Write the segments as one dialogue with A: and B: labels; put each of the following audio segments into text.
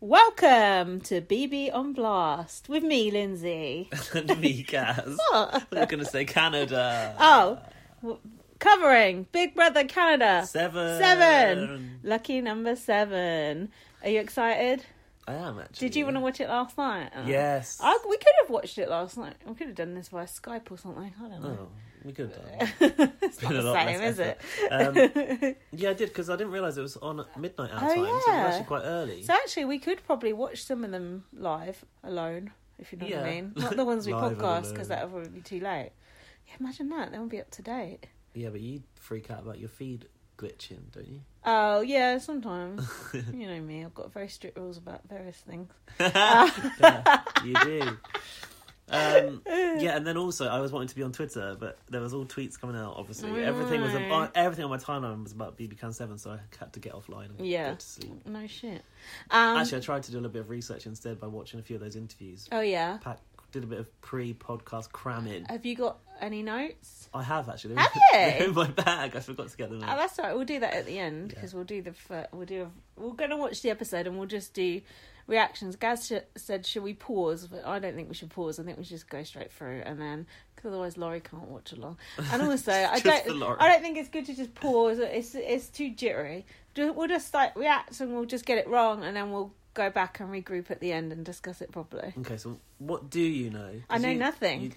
A: Welcome to BB on Blast with me, Lindsay.
B: and me, Kaz.
A: What?
B: We We're going to say Canada.
A: Oh, w- covering Big Brother Canada.
B: Seven.
A: Seven. Lucky number seven. Are you excited?
B: I am actually.
A: Did you want to watch it last night? Oh.
B: Yes.
A: I, we could have watched it last night. We could have done this via Skype or something. I don't know.
B: Oh, we could have done. that.
A: it's
B: Oh. Been
A: not
B: a
A: the
B: lot
A: same,
B: less
A: is it?
B: effort. Um, Yeah, I did because I didn't realise it was on at midnight our
A: Oh,
B: time, so it
A: yeah.
B: was actually quite early.
A: so actually, we could probably watch some of them live alone, if you know what I
B: Yeah.
A: mean. Not the ones we
B: Live and
A: podcast because
B: alone.
A: that would be too late. Yeah, imagine that. They won't be up to date.
B: yeah, but you freak out about your feed glitching, don't you?
A: Oh yeah, sometimes. you know me. I've got very strict rules about various things.
B: yeah, you do. Um, yeah, and then also I was wanting to be on Twitter, but there was all tweets coming out. Obviously, everything was
A: Right.
B: about, everything on my timeline was about BB Can Seven, so I had to get offline and
A: Yeah.
B: go to sleep.
A: No shit. Um,
B: Actually, I tried to do a little bit of research instead by watching a few of those interviews.
A: oh yeah.
B: Pat did a bit of pre-podcast cramming.
A: Have you got any notes?
B: I have actually.
A: Have
B: They're
A: you?
B: in my bag. I forgot to get them.
A: Oh,
B: Out.
A: that's all right. We'll do that at the end
B: Yeah.
A: because we'll do the fir- we'll do a, we're gonna watch the episode and we'll just do reactions. Gaz sh- said, "Should we pause?" But I don't think we should pause. I think we should just go straight through and then because otherwise Laurie can't watch along. And also, I
B: Just for
A: don't
B: Laurie.
A: I don't think it's good to just pause. It's it's too jittery. Ju- We'll just like react and we'll just get it wrong and then we'll go back and regroup at the end and discuss it properly.
B: Okay, so what do you know? 'Cause
A: I know
B: you-
A: nothing.
B: you-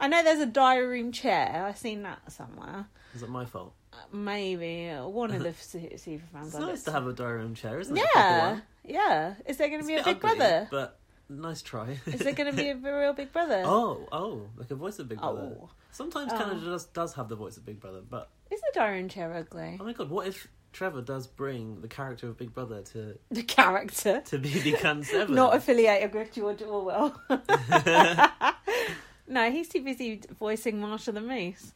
A: I know there's a diary room chair. I've seen that somewhere.
B: Is it my fault?
A: Uh, Maybe uh, one of the su- super fans.
B: It's
A: I
B: nice
A: looked
B: to have a diary room chair, isn't it? A proper
A: Yeah,
B: one.
A: yeah. Is there going to
B: It's
A: be a
B: bit
A: Big
B: ugly,
A: Brother?
B: But nice try.
A: Is there going to be a real Big Brother?
B: Oh, oh, like a voice of Big Brother.
A: Oh.
B: Sometimes
A: Oh.
B: Canada does, does have the voice of Big Brother, but
A: Is the Diron chair ugly?
B: oh my god, what if Trevor does bring the character of Big Brother to
A: The character,
B: to BB Can Seven?
A: not affiliated with George Orwell. no, he's too busy voicing Marshall the Moose.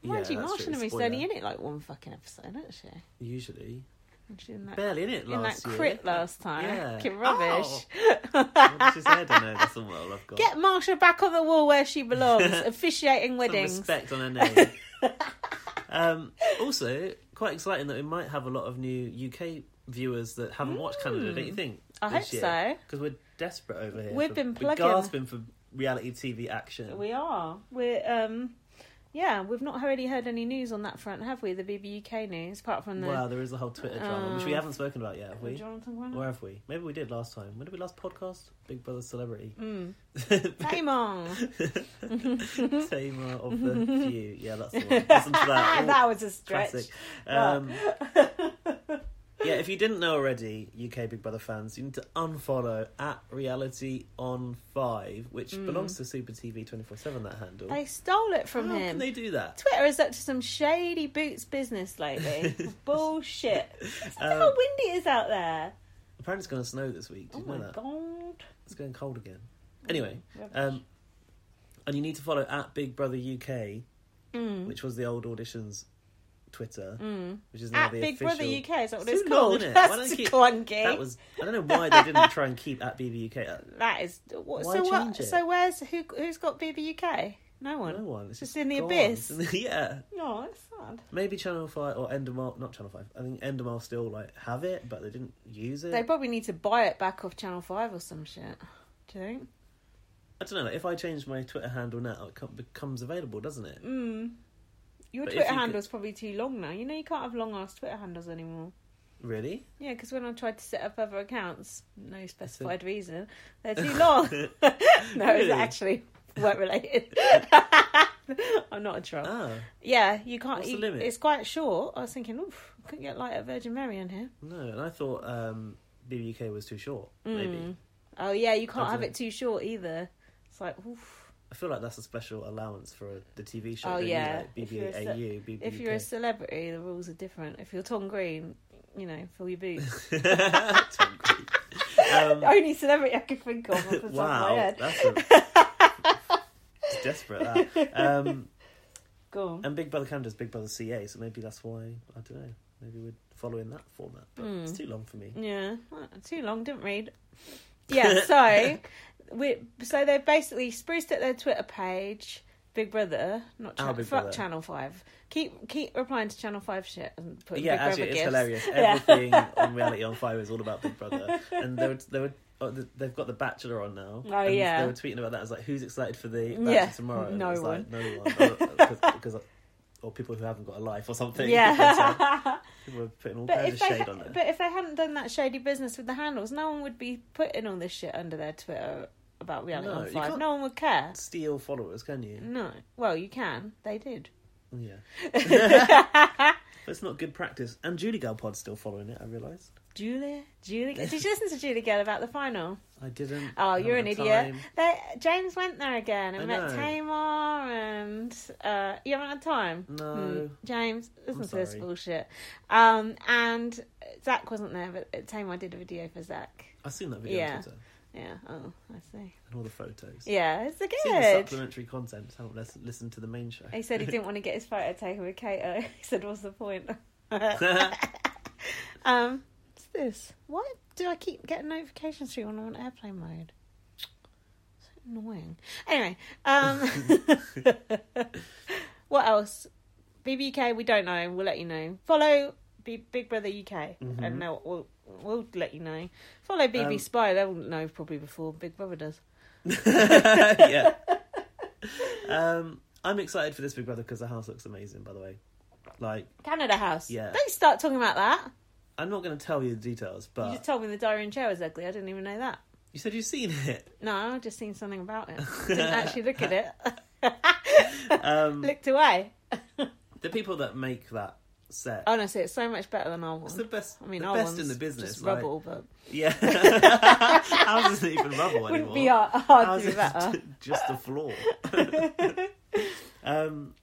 A: Mind
B: Yeah,
A: you,
B: that's
A: Marshall
B: true,
A: the Moose is
B: spoiler.
A: only in it like one fucking episode, isn't she?
B: Usually,
A: And She's in that,
B: barely in it
A: in that
B: last year.
A: crit last time.
B: Yeah. Oh.
A: Fucking rubbish.
B: What's his head? I know that's all well I've got.
A: Get Marsha back on the wall where she belongs, officiating
B: Some
A: weddings.
B: respect on her name. um, also, quite exciting that we might have a lot of new UK viewers that haven't watched Canada. Don't you think?
A: I hope so.
B: Because we're desperate over here.
A: Hmm. We've
B: for-
A: been
B: we're
A: plugging-
B: gasping for reality TV action.
A: We are. We're um yeah, we've not really heard any news on that front, have we? The BBUK news, apart from the
B: Wow, there is a whole Twitter drama which we
A: Uh,
B: haven't spoken about yet, have we?
A: Jonathan Grenell.
B: Or have we? Maybe we did last time. When did we last podcast? Big Brother Celebrity.
A: Mm. Damon.
B: Tamer of the Few. Yeah, that's the one. Listen to that. Ooh,
A: that was a stretch.
B: classic. Um, yeah, if you didn't know already, UK Big Brother fans, you need to unfollow at Reality on Five, which
A: Mm.
B: belongs to Super TV twenty four seven. That handle.
A: They stole it from
B: How
A: him.
B: can they do that?
A: Twitter is up to some shady boots business lately. Bullshit. Look
B: Um,
A: how windy it is out there.
B: Apparently, it's going to snow this week.
A: Oh
B: Did you
A: my
B: know that?
A: god.
B: It's getting cold again. Anyway,
A: Rubbish.
B: um, and you need to follow at Big Brother UK,
A: Mm.
B: which was the old auditions Twitter,
A: Mm.
B: which is now
A: At
B: the
A: Big
B: official.
A: Brother UK is that what
B: It's
A: it's,
B: too long,
A: called?
B: isn't it? Why
A: That's
B: don't you keep-
A: clunky.
B: That was I don't know why they didn't try and keep at BB UK.
A: That is what,
B: Why
A: so. What,
B: change it?
A: so where's who? Who's got BB UK? No one.
B: No one. It's
A: Just
B: just
A: in the
B: gone.
A: abyss.
B: yeah.
A: No, it's sad.
B: Maybe Channel Five or Endemol, not Channel Five. I think Endemol still like have it, but they didn't use it.
A: They probably need to buy it back off Channel Five or some shit. Do you think?
B: I don't know. Like, if I change my Twitter handle now, it com- becomes available, doesn't it?
A: Mm. Your
B: But if
A: Twitter
B: you
A: handle's probably too long now. You know you can't have long ass Twitter handles anymore.
B: Really?
A: Yeah, because when I tried to set up other accounts, no specified reason, they're too long. no,
B: oh,
A: it's
B: Really?
A: actually work related. I'm not a troll.
B: Ah,
A: yeah, you can't.
B: What's the
A: you-
B: limit?
A: It's quite short. I was thinking, oof, couldn't get like a Virgin Mary in here.
B: no. And I thought um, BB UK was too short.
A: Mm.
B: Maybe
A: Oh yeah, you can't
B: I
A: have
B: dunno.
A: it too short either. It's like, oof.
B: I feel like that's a special allowance for the TV show.
A: Oh,
B: really,
A: yeah.
B: like
A: If you're a ce-
B: BBAU, BB
A: If you're a celebrity, the rules are different. If you're Tom Green, you know, fill your boots.
B: um,
A: Only celebrity I could think of off the top of my
B: wow,
A: head.
B: that's a... it's desperate. That. Um,
A: Go on.
B: And Big Brother Canada's Big Brother CA, so maybe that's why I don't know. Maybe we're following that format, but
A: Hmm.
B: it's too long for me.
A: Yeah, well, too long. Didn't read. Yeah, so we so they've basically spruced up their Twitter page. Big Brother, not
B: Our
A: Channel,
B: Oh, Big
A: fuck
B: Brother.
A: Channel Five. Keep keep replying to Channel Five shit and putting
B: yeah,
A: Big
B: actually,
A: Brother
B: it's
A: gifs.
B: hilarious.
A: Yeah.
B: Everything on reality on fire is all about Big Brother, and they were, they were oh, th- they've got the Bachelor on now.
A: Oh,
B: and
A: yeah.
B: they were tweeting about that. I was like, who's excited for the Bachelor
A: Yeah,
B: tomorrow? And
A: no
B: it was
A: one.
B: Like, no one, Oh, uh, because or people who haven't got a life or something. So
A: Yeah.
B: people were putting all
A: but
B: kinds
A: if
B: of
A: they
B: shade
A: ha-
B: on it.
A: but if they hadn't done that shady business with the handles, no one would be putting all this shit under their Twitter about reality
B: No,
A: on
B: you
A: Five.
B: can't-
A: No one would care.
B: Steal followers, can you?
A: No. Well, you can. They did.
B: Yeah, but it's not good practice. And Julie Girl Pod's still following it. I realised.
A: Julia, Julia, did you listen to Julia Gale about the final?
B: I didn't.
A: Oh, you're an
B: haven't had
A: idiot.
B: time.
A: They, James went there again and
B: I
A: met
B: know.
A: Tamar, and uh, you haven't had time. Hmm.
B: No.
A: James, listen to this
B: sorry.
A: bullshit. Um, and Zach wasn't there, but Tamar did a video for Zach.
B: I've seen that video
A: Yeah.
B: on Twitter
A: Yeah. Oh, I see.
B: and all the photos.
A: Yeah, it's a
B: Seen the
A: good.
B: supplementary content. Haven't lis- listened to the main show.
A: He said he didn't want to get his photo taken with Kato. He said, "What's the point?" um, what's this? Why do I keep getting notifications through when I'm on airplane mode? So annoying. Anyway, um, what else? BBUK, we don't know. We'll let you know. Follow B- Big Brother UK, and they'll, we'll we'll let you know. Follow BB
B: Mm-hmm. Um,
A: Spy. They'll know probably before Big Brother does.
B: yeah. Um, I'm excited for this Big Brother because the house looks amazing. By the way, like
A: Canada House.
B: Yeah.
A: Don't start talking about that.
B: I'm not going to tell you the details,
A: You
B: but you,
A: just told me the diary and chair was ugly. I didn't even know that.
B: said you've seen it.
A: No, I just seen something about it. Didn't actually look at it.
B: Um,
A: Looked away.
B: the people that make that set,
A: Honestly, it's so much better than our one.
B: it's the best.
A: I mean,
B: the
A: our
B: best
A: one's
B: in the business.
A: just
B: like-
A: rubble, but
B: Yeah. How does it even rubble anymore?
A: wouldn't be hard,
B: Ours
A: hard to
B: is
A: be better.
B: just the floor. um,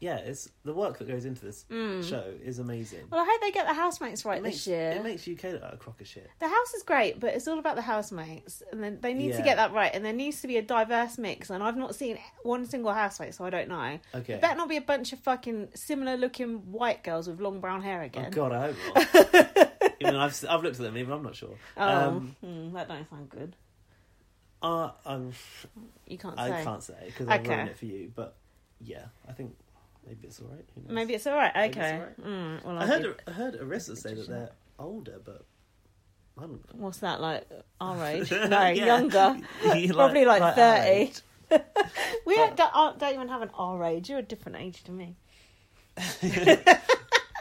B: yeah, it's the work that goes into this show is amazing.
A: Well, I hope they get the housemates Hmm. right
B: it
A: this
B: makes,
A: year.
B: it makes UK look like a crock of shit.
A: The house is great, but it's all about the housemates, and then they need
B: Yeah.
A: to get that right. And there needs to be a diverse mix. And I've not seen one single housemate, so I don't know.
B: Okay.
A: It better not be a bunch of fucking similar-looking white girls with long brown hair
B: Oh
A: again.
B: God, I hope not. even I've s- I've looked at them. Even I'm not sure.
A: Oh,
B: Um,
A: hmm, that don't sound good.
B: uh, I'm,
A: You can't
B: I
A: say.
B: can't say because I'll
A: Okay.
B: ruin it for you. But yeah, I think maybe it's all right. Who knows?
A: Maybe it's all right.
B: Maybe it's
A: Okay.
B: all right.
A: Mm, well,
B: I
A: I'll
B: heard
A: do-
B: I heard Arissa say that
A: Judging
B: they're older, but I don't. know.
A: What's that like? Our age? No,
B: Yeah.
A: younger.
B: Like-
A: Probably like,
B: like our
A: thirty.
B: age.
A: we don't, don't, don't even have an R age. You're a different age to me.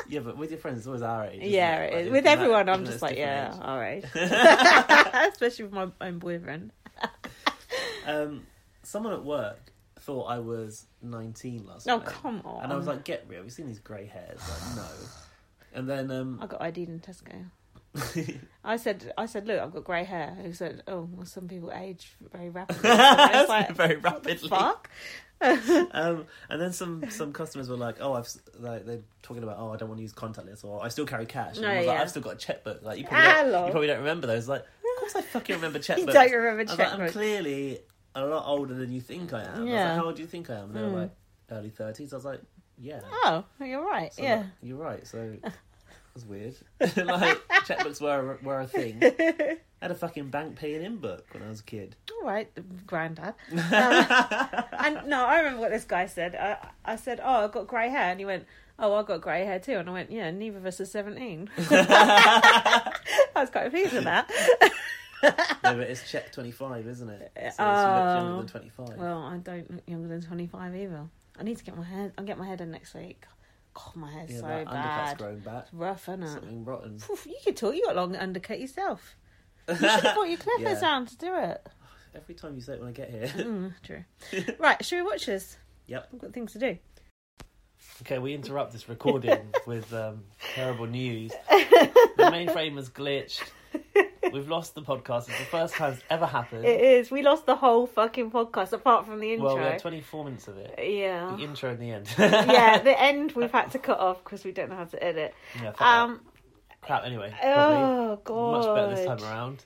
B: Yeah, but with your friends, it's always our age. isn't
A: yeah,
B: it?
A: it
B: Like,
A: is.
B: it
A: with
B: doesn't
A: everyone,
B: matter,
A: I'm
B: even
A: just
B: though
A: like,
B: it's
A: yeah,
B: different
A: R age. Especially with my own boyfriend.
B: age. Um, someone at work thought I was 19 last
A: Oh
B: night.
A: come on!
B: And I was like, get real. You've seen these grey hairs. Like, no. And then, um,
A: I got ID'd in Tesco. I said, I said, look, I've got grey hair. He said, oh, well, some people age very rapidly. And I was like,
B: very
A: what the
B: rapidly.
A: fuck?
B: um, and then some, some customers were like, "Oh, I've s- like they're talking about, oh, I don't want to use contactless, or I still carry cash." And
A: No,
B: I was like,
A: yeah.
B: "I've still got a checkbook." Like you probably,
A: Hello.
B: don't, you probably don't remember those. Like, of course I fucking remember checkbooks.
A: You don't remember
B: I was like, I'm
A: checkbooks.
B: clearly a lot older than you think I am. I was
A: Yeah. Hmm.
B: like, How old do you think I am? And they were like early thirties. I was like, yeah.
A: Oh, you're right.
B: So,
A: yeah.
B: like, you're right. So that's weird. like checkbooks were were a thing. I had a fucking bank paying in book when I was a kid.
A: all right, granddad. Um, and no, I remember what this guy said. I, I said, "Oh, I've got grey hair," and he went, "Oh, I've got grey hair too." And I went, "Yeah, neither of us are 17. I was quite pleased with that.
B: No, but it's check twenty five, isn't it? So it's much younger
A: Oh.
B: than twenty five.
A: Well, I don't look younger than twenty five either. I need to get my hair. I'll get my hair done next week. God, my hair's
B: yeah,
A: so
B: that undercut's
A: bad.
B: grown back.
A: Rough, isn't it?
B: Something rotten.
A: Poof, you could talk. You got a long undercut yourself. You should have brought your clippers
B: Yeah.
A: down to do it.
B: Every time you say it when I get here.
A: Mm, true. right, should we watch this?
B: yep.
A: I've got things to do.
B: Okay, we interrupt this recording with um, terrible news. The mainframe has glitched. We've lost the podcast. It's the first time it's ever happened.
A: It is. We lost the whole fucking podcast apart from the intro. Oh.
B: well, we had 24 minutes of it.
A: yeah.
B: The intro and the end.
A: yeah, the end we've had to cut off because we don't know how to edit.
B: Yeah, fuck that.
A: Um,
B: crap. Anyway, probably
A: oh god,
B: much better this time around.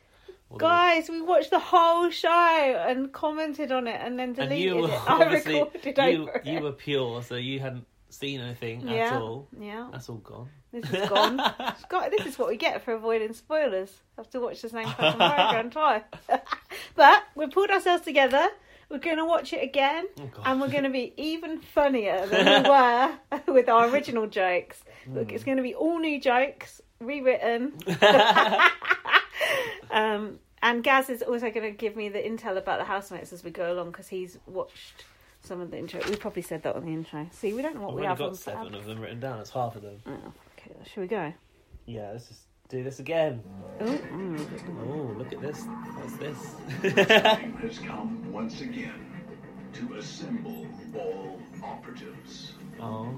B: Although-
A: Guys, we watched the whole show and commented on it and then
B: and
A: deleted
B: you
A: it. I
B: obviously
A: recorded
B: you,
A: over
B: you
A: it.
B: were pure, so you hadn't seen anything
A: yeah,
B: at all.
A: yeah.
B: That's all gone. Oh,
A: This is gone. God, this is what we get for avoiding spoilers. Have to watch the same fucking program twice. but we pulled ourselves together. We're going to watch it again,
B: Oh, God.
A: and we're going to be even funnier than we were with our original jokes. Look,
B: Hmm.
A: it's going to be all new jokes, rewritten. um, and Gaz is also going to give me the intel about the housemates as we go along because he's watched some of the intro. We probably said that on the intro. See, we don't know what
B: I've
A: we
B: only
A: have on
B: got seven of them written down. It's half of them.
A: Oh, okay, well, shall we go?
B: Yeah, let's just do this again.
A: Ooh, mm.
B: Oh, look at this. What's this?
C: time has come once again to assemble all operatives.
B: oh.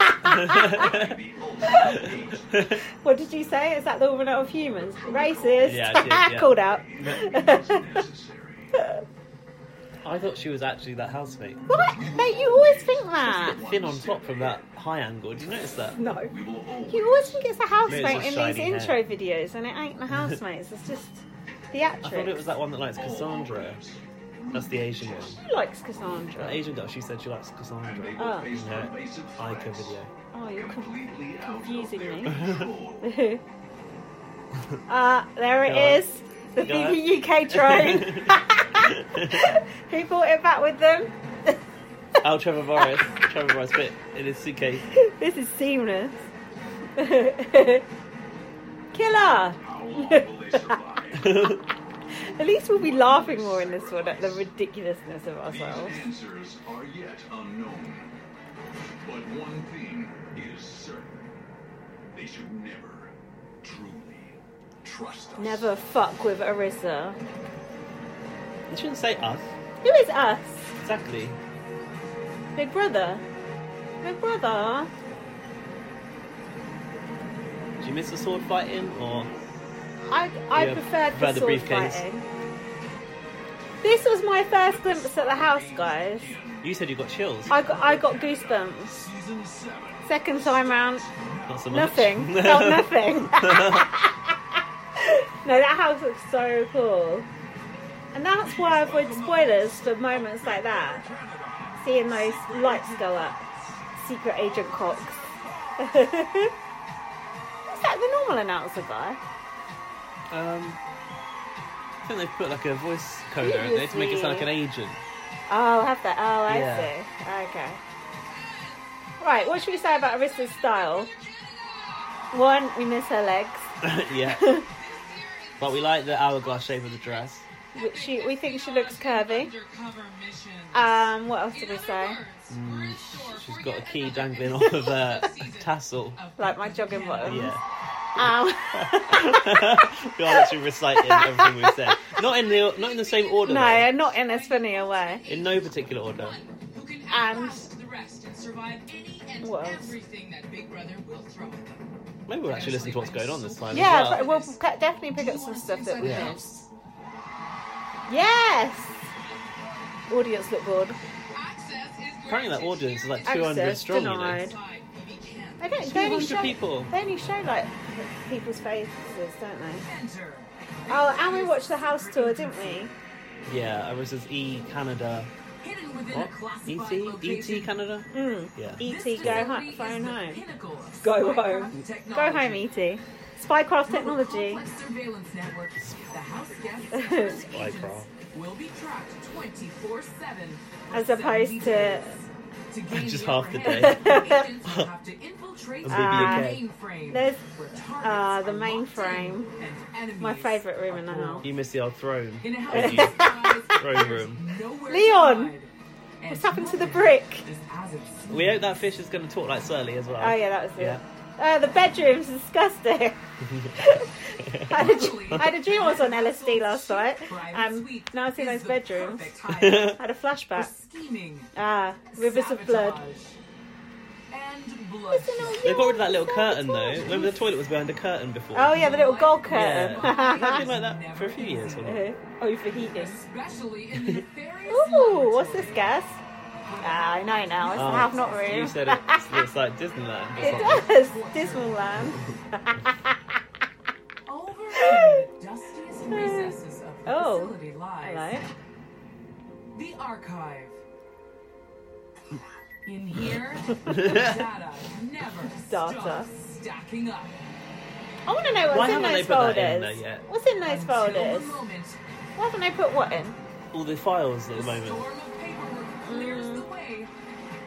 C: the ultimate gate
A: What did you say? Is that the woman out of humans? Racist.
B: Yeah, I did, yeah.
A: Called out.
C: is necessary.
B: I thought she was actually that housemate.
A: What? Mate, you always think that.
B: Thin on top from that high angle. Did you notice that?
A: No.
C: We will always
A: You always think it's the
B: Maybe
A: housemate
B: it's
A: in
B: just
A: these
B: shiny
A: intro
B: hair.
A: videos, and it ain't the housemates. It's just theatrics.
B: I thought it was that one that likes Cassandra. That's the Asian one.
A: Who likes
B: That
A: Cassandra?
B: Asian girl, she said she likes Cassandra.
C: will
A: Oh.
C: face
B: No,
C: pervasive
B: Ica
C: threats
B: video.
A: Oh, you're com-
C: completely out of
A: confusing
C: their
A: me.
C: control.
A: Ah, there
B: Go on.
A: it is. The
B: Go on.
A: Phoebe UK drone. Who brought it back with them?
B: oh, Trevor Boris. Trevor Boris bit in his suitcase.
A: This is seamless. Killer.
C: How long will they survive?
A: At least we'll be laughing more in this one at the ridiculousness of
C: These
A: ourselves.
C: answers are yet unknown. But one thing is certain. They should never truly trust us.
A: Never fuck with Arissa.
B: You shouldn't say us.
A: Who is us?
B: Exactly.
A: Big brother. Big brother.
B: Did you miss the sword fighting or
A: I, I
B: Yeah,
A: preferred the
B: about the
A: sword
B: briefcase.
A: fighting. This was my first glimpse at the house, guys.
B: you said you got chills?
A: I got, I got goosebumps.
C: Season 7.
A: Second time round,
B: Not so much.
A: nothing. Felt nothing. no, that house looks so cool. And that's why I avoid spoilers for moments like that. Seeing those lights go up. Secret Agent Cox. Is that the normal announcer guy?
B: um, I think they've put like a voice coder in there to make it sound like an agent.
A: Oh, have that. Oh, I
B: Yeah.
A: see. Okay. Right, what should we say about Arissa's style? One, we miss her legs.
B: yeah. But we like the hourglass shape of the dress.
A: We- She, we think she looks curvy.
D: Undercover mission.
A: Um, what else did we
D: In other
A: say?
D: words, we're ashore
B: She's
D: for
B: got a
D: yet
B: key
D: another
B: dangling
D: episode
B: off of a
D: of the season
B: tassel.
D: of
A: Like my jogging bottom.
B: Yeah.
A: Um,
B: we are actually reciting everything we said. Not in the not in the same order.
A: no,
B: though.
A: uh, not in as funny a way.
B: In no particular order.
D: Who can
A: And-
D: outlast the rest and survive any and
A: What else?
D: everything that Big Brother will throw at them.
B: Maybe we'll actually listen to what's going on this time.
A: Yeah,
B: as well.
A: but we'll p- definitely pick up some stuff that we
B: Yeah.
A: missed. Yes! Audience look bored.
D: Access is
B: Apparently that
D: granted
B: audience is
D: here
B: like
D: at
A: Access
B: 200 strong. You know.
A: denied.
D: Inside BB Camp.
A: They don't, they only
B: 200
A: show,
B: people.
A: They only show like people's faces, don't they?
D: Enter.
A: Oh, and we watched the house tour, didn't we?
B: Yeah, Arista's E Canada.
D: Hidden within
B: What? E
D: a classified
B: ET?
D: location.
B: ET Canada?
A: Mm.
B: Yeah.
A: E.T.
D: This
A: Go
D: facility
A: home,
D: is
A: phone
D: the
A: home.
D: pinnacle of
A: Go
D: spycraft
A: home. Go
D: technology.
A: home, E.T. Spycraft
D: Through a
A: technology.
D: complex surveillance network, the house guests and house agents will be tracked 24/7 for
A: As opposed
D: 70
A: to-
D: days. To gain
B: Just
D: the
B: half the day.
D: upper hand, the agents will have to infiltrate
B: A
D: the
B: BBK.
D: mainframe.
A: Ah, There's,
D: where targets
A: uh, the
D: are locked in
A: mainframe.
D: and enemies
A: My favourite room in the
D: are
A: house.
D: born.
B: You missed the old throne.
D: In a
B: didn't
D: house
B: you?
D: of size,
B: Throne room.
D: there's nowhere to
A: Leon!
D: hide. And
A: What's happened to the
D: nothing
A: brick?
D: is as it seems.
B: We hope that fish is going to talk like Surly as well.
A: Oh yeah, that was it.
B: Yeah.
A: Uh, the bedroom's disgusting. I, had a, dr- I had a dream I was on LSD last night. Um, now I see those bedrooms.
D: I
A: I had a flashback.
D: scheming,
A: Ah, rivers of blood.
D: sabotage, And blood.
B: They got rid of that little curtain though. Remember the toilet was behind a curtain before?
A: Oh yeah, the little gold curtain. Oh,
B: Yeah. It had been like that for a few years or not.
A: Overheating.
D: Especially in the nefarious
A: Ooh, what's
D: laboratory.
A: this gas? Ah, I know now. It's the
B: Oh,
A: have not
B: You
A: room.
B: said it looks like Disneyland. or
A: It
B: something.
A: does. Dismalland.
D: Over in the dustiest recesses of the
A: Oh.
D: facility lies
A: Hello.
D: the archive. In here, data
A: Data.
D: never stops stacking up.
A: I want to know what's
B: Why
A: in those
B: haven't they put that in
A: folders.
B: there yet?
A: What's in those
D: Until the
A: folders?
D: moment
A: Why haven't they put what in?
B: all the files at the moment.
E: Storm of paperwork clears the way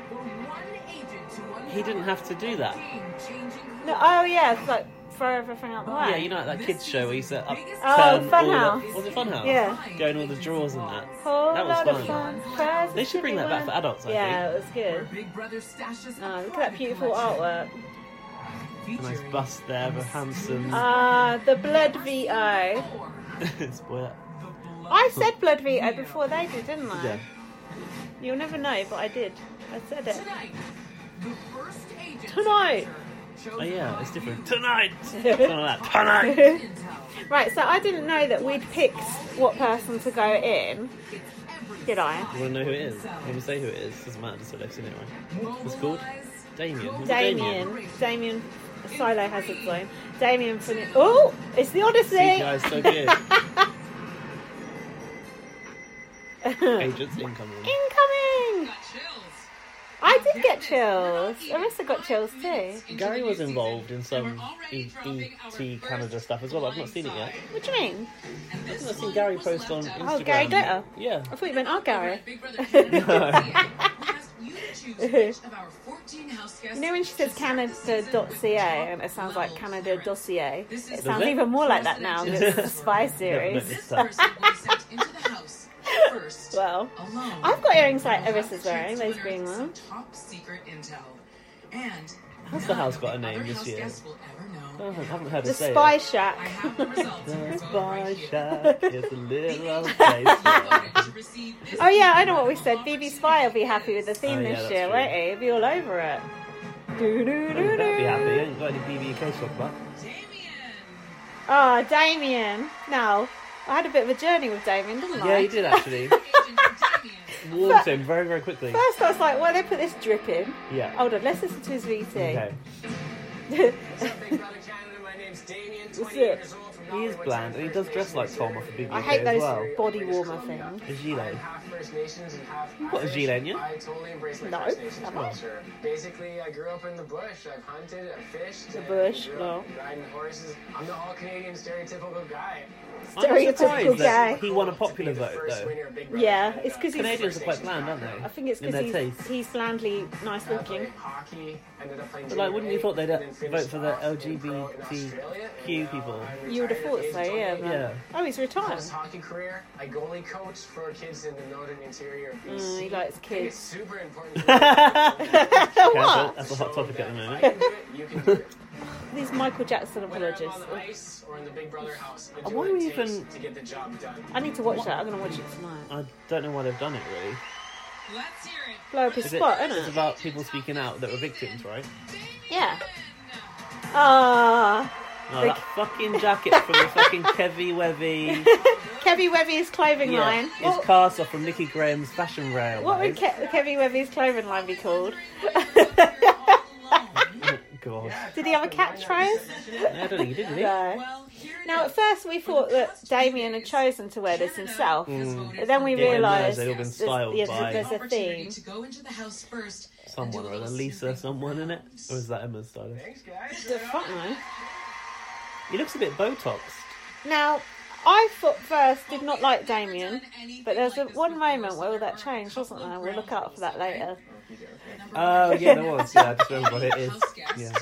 E: for one agent to uncover
B: He didn't have to do that.
E: game-changing
A: No, oh yeah, it's like throw everything out the way.
B: Oh, Yeah, you know, like that kids show where you set
A: Oh,
B: up. turn all the,
A: Funhouse.
B: was it Funhouse?
A: Yeah.
B: Go in all the drawers and that.
A: Whole
B: That was
A: lot of
B: fun.
A: fun. Fries
B: They should bring that back for adults, I
A: yeah, it was
E: where
A: good.
E: Big Brother stashes a
A: Oh, look at that
E: private
A: beautiful
E: collection
A: artwork.
B: think. A
E: featuring
B: nice bust there of a handsome
A: Ah, the blood VO.
E: four,
B: spoiler.
E: the blood
A: I said blood VO before they did, didn't I?
B: Yeah.
A: You'll never know, but I did. I said it.
E: Tonight, the first agent
A: Tonight.
E: to enter
B: Oh
E: chose
B: yeah, it's
E: Ryu
B: different. Tonight! Something like that. Tonight!
E: Intel.
A: Right, so I didn't know that we'd picked what person to go in,
E: It's every
A: did I?
B: You want to know who it is? You want to say who it is? Doesn't matter, just so they've seen it right. What's it called? Damien. Who's
A: Damien. Damien. Silo has its own. Damien from. Oh, it's the Odyssey!
B: CGI is so good. Agents incoming.
A: Incoming! I did get chills. Arissa got chills too.
B: Gary was involved in some E- ET Canada stuff as well. I've not seen it yet.
A: What do you mean?
B: I've not seen Gary post on Instagram.
A: Oh, Gary Glitter?
B: Yeah.
A: I thought you meant our Gary. You know when she says Canada.ca and it sounds like Canada dossier? It sounds
B: it?
A: even more like that now because it's a spy
B: Yeah,
A: series.
B: but it's-
A: Well,
E: I've
A: I've got earrings like Erissa's wearing, those green ones.
E: Top secret intel. And
B: Has the house got a
E: none of
B: name
E: the
B: this
E: other
B: year?
E: house guests will ever
B: I
E: know.
B: haven't- haven't heard
A: The
B: her say
A: Spy
B: it.
E: I
A: Shack.
E: have the results.
B: The
E: It's all
B: spy
E: right here.
B: shack is a little
E: The
B: place.
E: agent to receive this
A: Oh yeah, I know what we
E: incredible
A: said. BB Spy will be happy with the
B: Oh,
A: theme
B: yeah,
A: this
B: that's
A: year,
B: true.
A: won't he? He'll be all over it. Do do do
B: That'd be happy. You
A: do.
B: ain't got any BBK to talk about.
E: Damien.
A: Oh, Damien. Now, I had a bit of a journey with Damien, didn't I?
B: Yeah, you did actually.
E: Agent Damien.
B: Warmed him very, very quickly.
A: First, I was like, well, they put this drip in.
B: Yeah.
A: Hold on, let's listen to his VT.
B: Okay.
F: Big Brother Canada, my name's Damien, 28
A: it.
F: years old from
B: He is
F: Nollywood,
B: bland,
F: South
B: and he
F: First
B: does dress
F: Nations.
B: like Tom off of BBK
A: I hate
B: as
A: those
B: well.
A: body warmer things.
B: A
F: I'm
B: gilet.
F: half First Nations and half
B: got a
F: Irish.
B: gilet in you?
F: I totally embrace my
A: No,
F: First Nations
A: I'm not.
F: culture. Basically, I grew up in the bush. I've hunted, I've fished. The
A: bush, no.
F: Riding horses. I'm the all-Canadian stereotypical guy.
B: I'm
A: Stereotypical
B: surprised that
A: guy.
B: he won a
F: To
B: popular
F: be the
B: vote,
F: first
B: though.
F: winner of Big Brother
A: Yeah,
F: Canada.
A: it's 'cause he's-
B: Canadians are quite
F: First Nations
B: bland, aren't
F: proud.
B: they?
A: I think it's
B: In
A: because
B: their
A: he's,
B: taste.
A: he's blandly nice
F: I played
A: looking.
F: hockey, ended up playing
B: But, like, wouldn't you
F: junior
B: thought they'd,
F: A,
B: uh,
F: and then
B: vote
F: finished
B: for the
F: off in pro in
B: LGBTQ
F: Australia, and now
B: people?
F: I'm
A: You would have
F: retired
A: thought
F: at
A: so,
F: age
A: yeah.
F: 28.
A: but-
B: Yeah.
A: Oh, he's retired.
F: his hockey career, a goalie coach for kids in the northern interior of BC.
A: Mm, he likes
F: It's
A: kids.
F: super important. what?
B: That's a- that's a hot topic at the moment.
F: You can do it.
A: These Michael Jackson
F: Whether I'm
A: apologies.
F: on the ice or in the Big Brother house, I
B: And
F: do
B: why
F: what
B: are
F: it
B: we
F: takes
B: even-
F: to get the job done.
A: I need to watch that. I'm going to watch it tonight.
B: I don't know why they've done it, really.
E: Let's hear it.
A: Blow up his
B: Is it-
A: spot,
B: it's
A: isn't it?
B: about people speaking out that were victims, right?
A: Yeah. Ah,
B: No, that fucking jacket from the fucking Kevy Webby
A: Kevy Webby's clothing
B: yeah,
A: line.
B: is
A: What,
B: cast off from Nicky Graham's fashion rail.
A: what would Ke- Kevy Webby's clothing line be called?
B: oh, God.
A: Did he have a catchphrase?
B: I don't think he did, did he?
A: No. Now, at first we thought that Damien had chosen to wear this himself. But then we
B: Mm. Yeah,
A: realised
B: they'd all been
A: there's-
B: styled
A: yeah,
B: by-
A: there's a theme.
E: To go into the house first. and
B: Someone
E: do a
B: or other.
E: little
B: Lisa,
E: snooping
B: someone in it?
E: around.
B: Or is that Emma's stylist?
F: Thanks, guys.
A: The fuck no.
B: He looks a bit Botoxed.
A: Now, I thought first did not like Damien, but there was a, one moment where all that changed,
E: change,
A: wasn't there? We'll look out for that later.
B: Oh, yeah, there was. Yeah, I just remember what it is.
E: House guest
B: Yeah.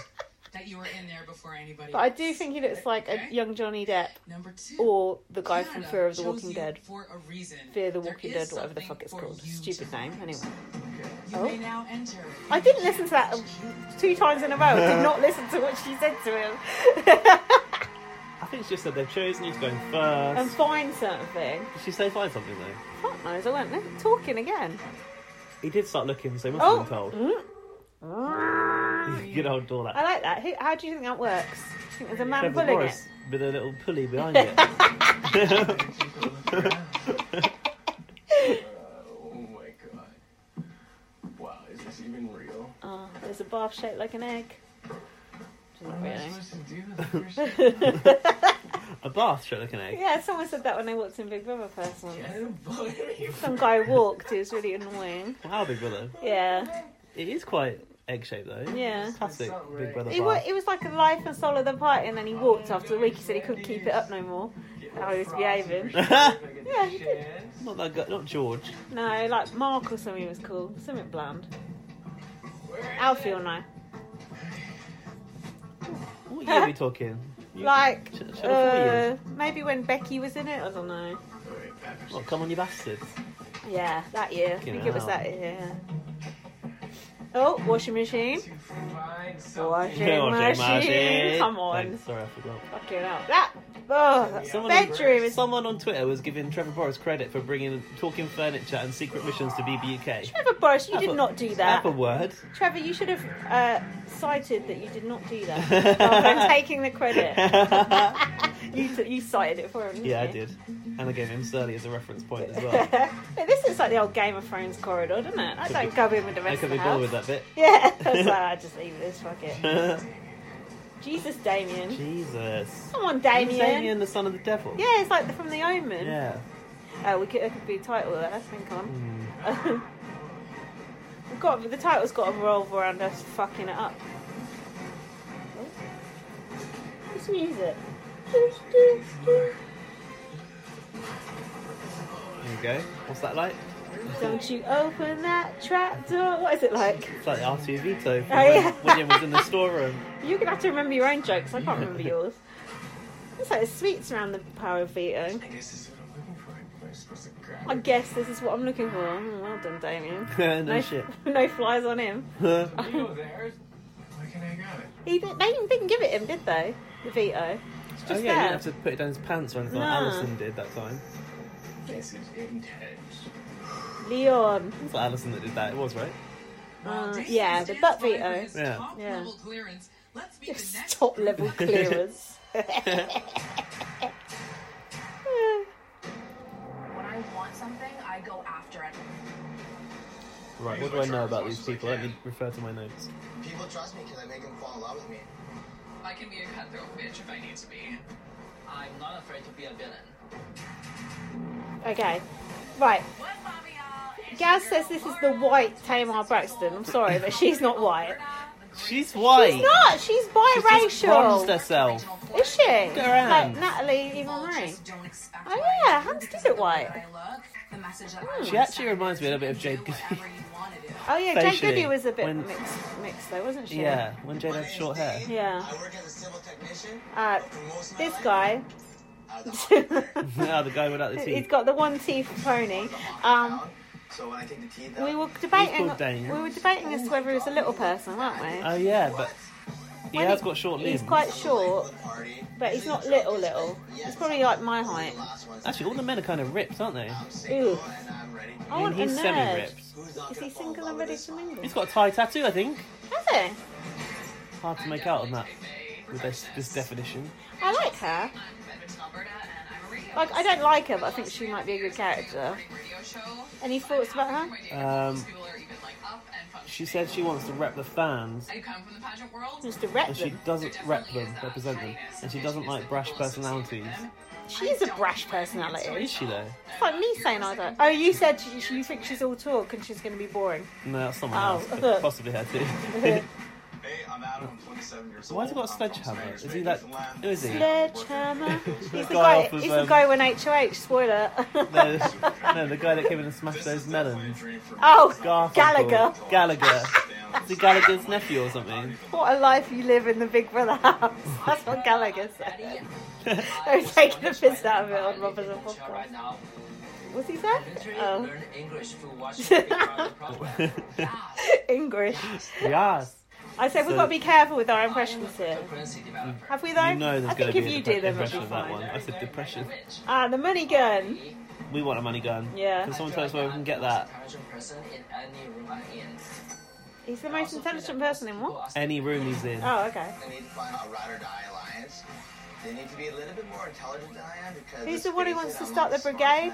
E: That you were in there before anybody.
A: But I
E: else.
A: do think he looks like a young Johnny Depp
E: Number two.
A: or the guy from
E: Canada
A: Fear of the
E: chose
A: Walking
E: you
A: Dead.
E: For a reason.
A: Fear the
E: There
A: Walking
E: is
A: Dead, whatever the fuck it's
E: something
A: called.
E: for you
A: Stupid
E: to
A: name,
E: find.
A: anyway.
E: You
A: Oh.
E: may now enter.
A: I um, didn't listen to that two times in a row. I did not listen to what she said to him
B: I think it's just that they've chosen who's going
A: and
B: first.
A: find something.
B: Did she say find something, though?
A: Fuck knows, I went "No, talking again.
B: He did start looking, so he must
A: Oh,
B: have been told.
A: mm.
B: Good old door
A: I
B: that.
A: like that. Who, how do you think that works? I think there's a man
B: Trevor
A: pulling
B: Morris
A: it.
B: with a little pulley behind it.
F: Oh my god. Wow, is this even real?
A: Oh, there's a bath shaped like an egg. Which isn't
F: What am I
A: really.
F: supposed to do the first time?
B: A bath, shot like an egg.
A: Yeah, someone said that when they walked in Big Brother first one.
F: I don't believe you.
A: Some guy walked, it was really annoying.
B: Wow, Big Brother.
A: Yeah.
B: It is quite egg shape though.
A: Yeah.
B: Classic
F: It's not
B: Big
F: right.
B: Brother
A: It was,
B: vibe.
A: it was like a life and soul of the party, and then he walked after the week. He said he couldn't keep it up no more. How he was behaving. Yeah, he did.
B: Not that guy, not George.
A: No, like Mark or something was cool. Something bland. Alfie or no?
B: What year are we talking? You-
A: Like,
B: Ch- Channel 4
A: uh,
B: years.
A: maybe when Becky was in it, I don't know.
B: What, come on, you bastards.
A: Yeah, that year. I think it was
B: hell.
A: that year. yeah. Oh, washing machine. Washing
B: No, Jay
A: machine.
B: Martin.
A: Come on.
B: Thanks, sorry, I forgot.
A: Fucking hell. That. Oh, that
B: Someone on-
A: bedroom is.
B: Someone on Twitter was giving Trevor Boris credit for bringing talking furniture and secret missions to BBUK.
A: Trevor Boris, you
B: That's
A: did
B: a-
A: not do that.
B: That's a word.
A: Trevor, you should have uh, cited that you did not do that. rather than taking the credit. you, t- you cited it for him. didn't
B: Yeah, I
A: you?
B: did. And I gave him Surly as a reference point as well.
A: But this is like the old Game of Thrones corridor, doesn't it? I
B: Could
A: don't
B: be-
A: go in with the
B: I
A: rest
B: could
A: of
B: be
A: the
B: bored
A: house.
B: with that bit.
A: Yeah, so I just leave this. Fuck it. Jesus, Damien.
B: Jesus.
A: Come on, Damien.
B: Damien, the son of the devil.
A: Yeah, it's like the, from The Omen.
B: Yeah.
A: Uh, we could, that could be a title. There. That's been on.
B: Hmm.
A: We've got the title's got to revolve around us fucking it up. Oh. What's the music?
B: There you go. What's that like?
A: Don't you open that trap door. What is it like?
B: It's like the R2 Vito from
A: Oh, yeah.
B: when William was in the storeroom.
A: You're gonna have to remember your own jokes. I can't remember yours. It's like sweets around the power of veto.
F: This is what I'm looking for. Am I supposed to grab
A: I guess this is what I'm looking for. Mm, Well done, Damien.
B: no, shit.
A: no flies on him.
B: I
F: it? Leo there. Why can't I grab it?
A: He did, they didn't give it him, did they? The veto. It's
B: oh, yeah,
A: just
B: you didn't
A: there.
B: have to put it down his pants or anything like
A: No.
B: Alison did that time.
F: This is intense.
A: Leon.
B: It was Alison that did that, it was, right?
A: Uh,
E: Jason
A: yeah, the
E: stands
A: butt
E: by for
A: veto.
E: his
B: Yeah.
E: Top
A: Yeah.
E: level clearance. Let's meet the next
A: Top level clearance.
G: When I want something, I go after it.
B: Right, what do I know about these people? Let me refer to my notes.
H: People trust me because I make them fall in love with me.
I: I can be a cutthroat bitch if I need to be. I'm not afraid to be a villain.
A: okay. Right.
G: What's up, y'all? It's
A: Gaz
G: your
A: says
G: girl
A: this is the
G: Laura.
A: white Tamar Braxton. I'm sorry, but she's not white.
B: She's white!
A: She's not. She's
B: She's just bronzed
A: biracial.
B: herself.
A: Is she?
B: her
A: Like
B: hands.
A: Natalie Even Marie.
G: Vultures don't expect
A: Oh,
G: my
A: yeah,
G: attention
A: Hans did
G: because
A: it
G: of the way
A: white.
G: that I look, the message that I
A: Hmm.
G: want
A: She
G: to
B: actually
G: send
B: reminds me a
G: is
B: little bit of
G: you
B: Jade
G: can do
B: Goody.
G: whatever you wanna do.
A: Oh yeah, Jade
B: Facially,
A: Goody was a bit
B: when-
A: mixed, mixed though, wasn't she?
B: Yeah, when Jade
H: My
B: had
H: name's
B: short hair.
H: Dave.
A: Yeah.
H: I work as a civil technician.
A: Uh,
H: but for most of my
A: this
H: life,
A: guy,
H: I was a hardworker.
B: No, the guy without the
A: he's
B: teeth.
A: got the one teeth pony. Um,
H: so when I take the teeth out,
A: we were
B: He's
A: debating.
B: called Daniel.
A: We were debating as to whether he was a little person, weren't we?
B: Oh yeah, but he
A: When
B: has
A: he-
B: got short limbs.
A: He's quite
H: I'm the life of
A: short,
H: the party.
A: but he's not little little. He's probably like my height.
H: The last one's
B: Actually, all the men are kind of ripped, aren't they?
H: I'm single
A: Ew.
H: and I'm ready to
A: I want a
B: he's
A: nerd.
B: semi-ripped.
H: Who's not
A: Is he
H: gonna fall in
A: single
H: love
A: and
H: with
A: ready
H: this
A: to
H: one?
A: mingle?
B: He's got a Thai tattoo, I think.
A: Has he?
B: Hard to make out on that with this, this definition.
A: I like her.
I: I'm Edwin Alberta and I'm a radio.
A: Like I don't like her, but I think she might be a good character.
I: radio show.
A: Any thoughts about her?
B: Um,
I: People are even like up and functioning.
B: she said she wants to rep the fans,
I: I come from the pageant world.
A: Mr.
B: and she
A: Rectum.
B: doesn't rep them, represent them, and she doesn't like brash personalities.
A: She is a brash personality.
B: Is she though?
A: It's like me saying I don't. Oh, you said she, she, you think she's all talk and she's going to be boring.
B: No, that's someone
A: Oh.
B: else, but possibly her too.
F: Hey, I'm Adam. I'm 27 years old.
B: Why has he got a
F: I'm from
B: sledgehammer?
F: Spain,
B: Is he like?
F: Newfoundland.
B: Who
A: Sledgehammer. He's
B: is he? No,
A: the
B: Guy
A: guy.
B: off of,
A: He's the
B: um,
A: guy when HOH. Spoiler.
B: no, the guy that came in and smashed
F: This
B: those
F: is definitely a
B: melons.
F: dream for me.
A: Oh,
B: Garfunkel.
A: Gallagher.
B: Gallagher.
F: Damn,
B: Is he Gallagher's nephew or something?
A: What a life you live in the Big Brother house. That's what Gallagher said. They were taking the piss out of it on Robbers and Podcast. What's he said? Oh,
I: Learn English through watching Big Brother program.
A: English.
B: Yes.
A: I said we've
B: So-
A: got to be careful with our impressions here.
I: Cryptocurrency
B: Mm.
I: developer.
A: Have we though?
B: You know there's
A: I think
B: going to
A: if
B: be a
A: you
B: depre-
A: do them, it'll
B: impression
A: be
B: of that one.
A: fine.
B: I said depression.
I: Rich.
A: Ah, the money gun.
B: We want a money gun.
A: Yeah.
B: Can someone tell us where we can get that?
I: Intelligent person in any room I'm in.
A: He's the most intelligent person in what?
B: Any room he's in.
A: Oh, okay.
H: I need to find a ride or die alliance. They need to be a little bit more intelligent than I am because.
A: Who's
H: let's
A: the one who
H: face
A: wants
H: it,
A: to
H: I'm
A: start the
H: not smartest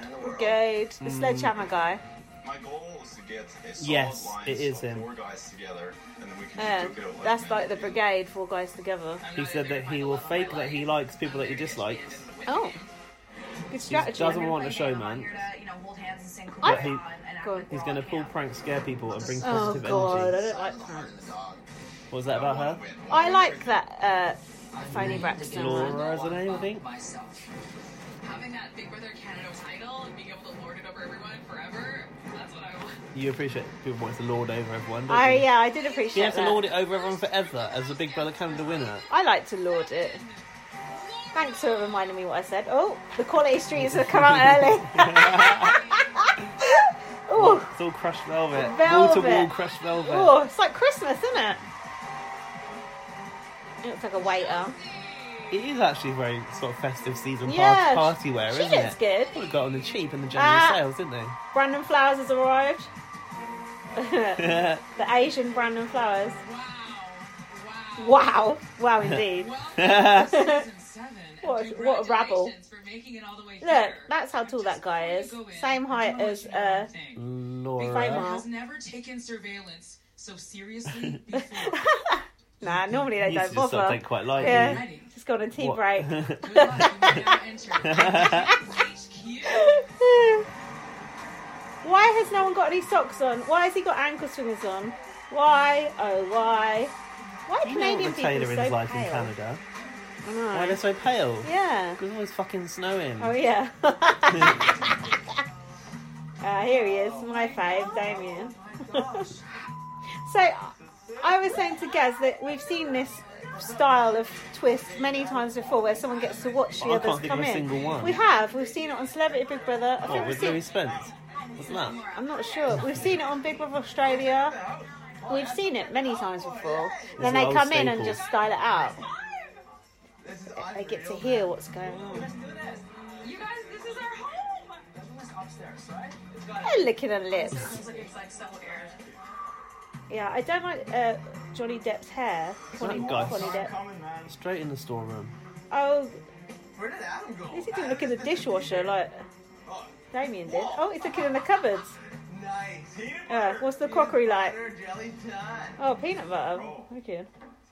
A: brigade?
H: man in the world.
A: Brigade. The
B: Hmm.
A: sledgehammer guy.
F: My goal is to get a solid
B: Yes,
F: line
B: it is
F: so
B: him.
F: Four guys together, and then we can
A: Yeah,
F: just do it like
A: that's
F: men.
A: like the brigade, four guys together.
B: He said that he will fake that he likes people that he dislikes.
A: Oh. Good
B: He just
A: strategy.
B: doesn't
G: I'm
B: want a
G: gonna play down. I'm
B: showman.
G: here to, you know, hold hands and sing
B: I-
G: kumbaya
B: He-
G: and act
A: Go on.
G: like we're
B: He's
G: all
B: going to
G: camp.
B: pull prank, scare people, and bring
A: Oh
B: positive
A: god, I
B: energy.
A: don't like
H: The
A: that.
H: heart and the dog.
B: What was that about her?
A: I like that uh, Fanny Braxton one.
B: Laura is the name, I think.
I: myself. Having that Big Brother Canada title and being able to lord it over everyone forever, that's what I want.
B: You appreciate people want to lord over everyone. Don't
A: I
B: you?
A: yeah, I did
B: She
A: appreciate
B: has to lord
A: that.
B: it over everyone forever as the Big Brother Canada winner.
A: I like to lord it. Thanks for reminding me what I said. Oh, the quality streets have come out early. oh,
B: It's all crushed velvet. Wall
A: Velvet.
B: to wall crushed velvet.
A: oh, it's like Christmas, isn't it? It looks like a waiter.
B: It is actually very sort of festive season
A: Yeah,
B: par- party wear,
A: she
B: isn't
A: looks
B: it?
A: good.
B: Well, it got on the cheap in the general
A: Ah.
B: sales, didn't they?
A: Brandon Flowers has arrived. the Asian Brandon Flowers.
I: Wow.
A: Wow, wow indeed.
I: Welcome to season seven. and
A: What a- what a rabble.
I: congratulations For making it all the way
A: Look,
I: here.
A: that's how
I: I'm
A: tall
I: just
A: that guy
I: going
A: is.
I: to go in
A: Same
I: and
A: height
I: I'm gonna
A: as,
I: let you know
A: uh,
I: one thing.
A: Wow.
B: Laura.
I: Has never taken surveillance so seriously before.
A: Nah, normally they
B: You used
A: don't
B: to just
A: bother.
B: take quite lightly.
A: Yeah,
I: Ready.
A: just got a tea
B: What-
A: break.
I: Good luck. You may now enter HQ.
A: why has no one got any socks on? Why has he got ankle swingers on? Why? Oh, why? Why are
B: you know
A: Canadian
B: what the tailor
A: people
B: is
A: so
B: like
A: pale?
B: in Canada.
A: I
B: Why
A: know.
B: they're so pale?
A: Yeah.
B: Because it's always fucking snowing.
A: Oh yeah. uh, here he is, my fave, Damien. so I was saying to Gaz that we've seen this style of twist many times before where someone gets to watch the
B: I
A: others
B: can't think of
A: come
B: a
A: in.
B: single one.
A: We have. We've seen it on Celebrity Big Brother. I think
B: What
A: we've
B: Oh, with
A: seen-
B: Louis Spence? What's that?
A: I'm not sure. We've seen it on Big Brother Australia. We've seen it many times before. then
B: an
A: they
B: old
A: come in and
B: staple.
A: just style it out.
H: This is
A: They get to
H: unreal.
A: hear what's going on.
G: You guys, this is our home.
A: They're licking their lips.
G: Sounds like it's like so weird.
A: Yeah, I don't like uh, Johnny Depp's hair. Johnny,
B: that guy?
A: Johnny Depp.
H: Coming, man.
B: Straight in the storeroom.
A: Oh,
H: Where did Adam go?
A: at least he didn't look in the dishwasher like Damien did. Oh, he's looking in the cupboards.
H: Nice. Peanut
A: Uh, what's the crockery like?
H: butter jelly time.
A: Oh, peanut butter. Okay.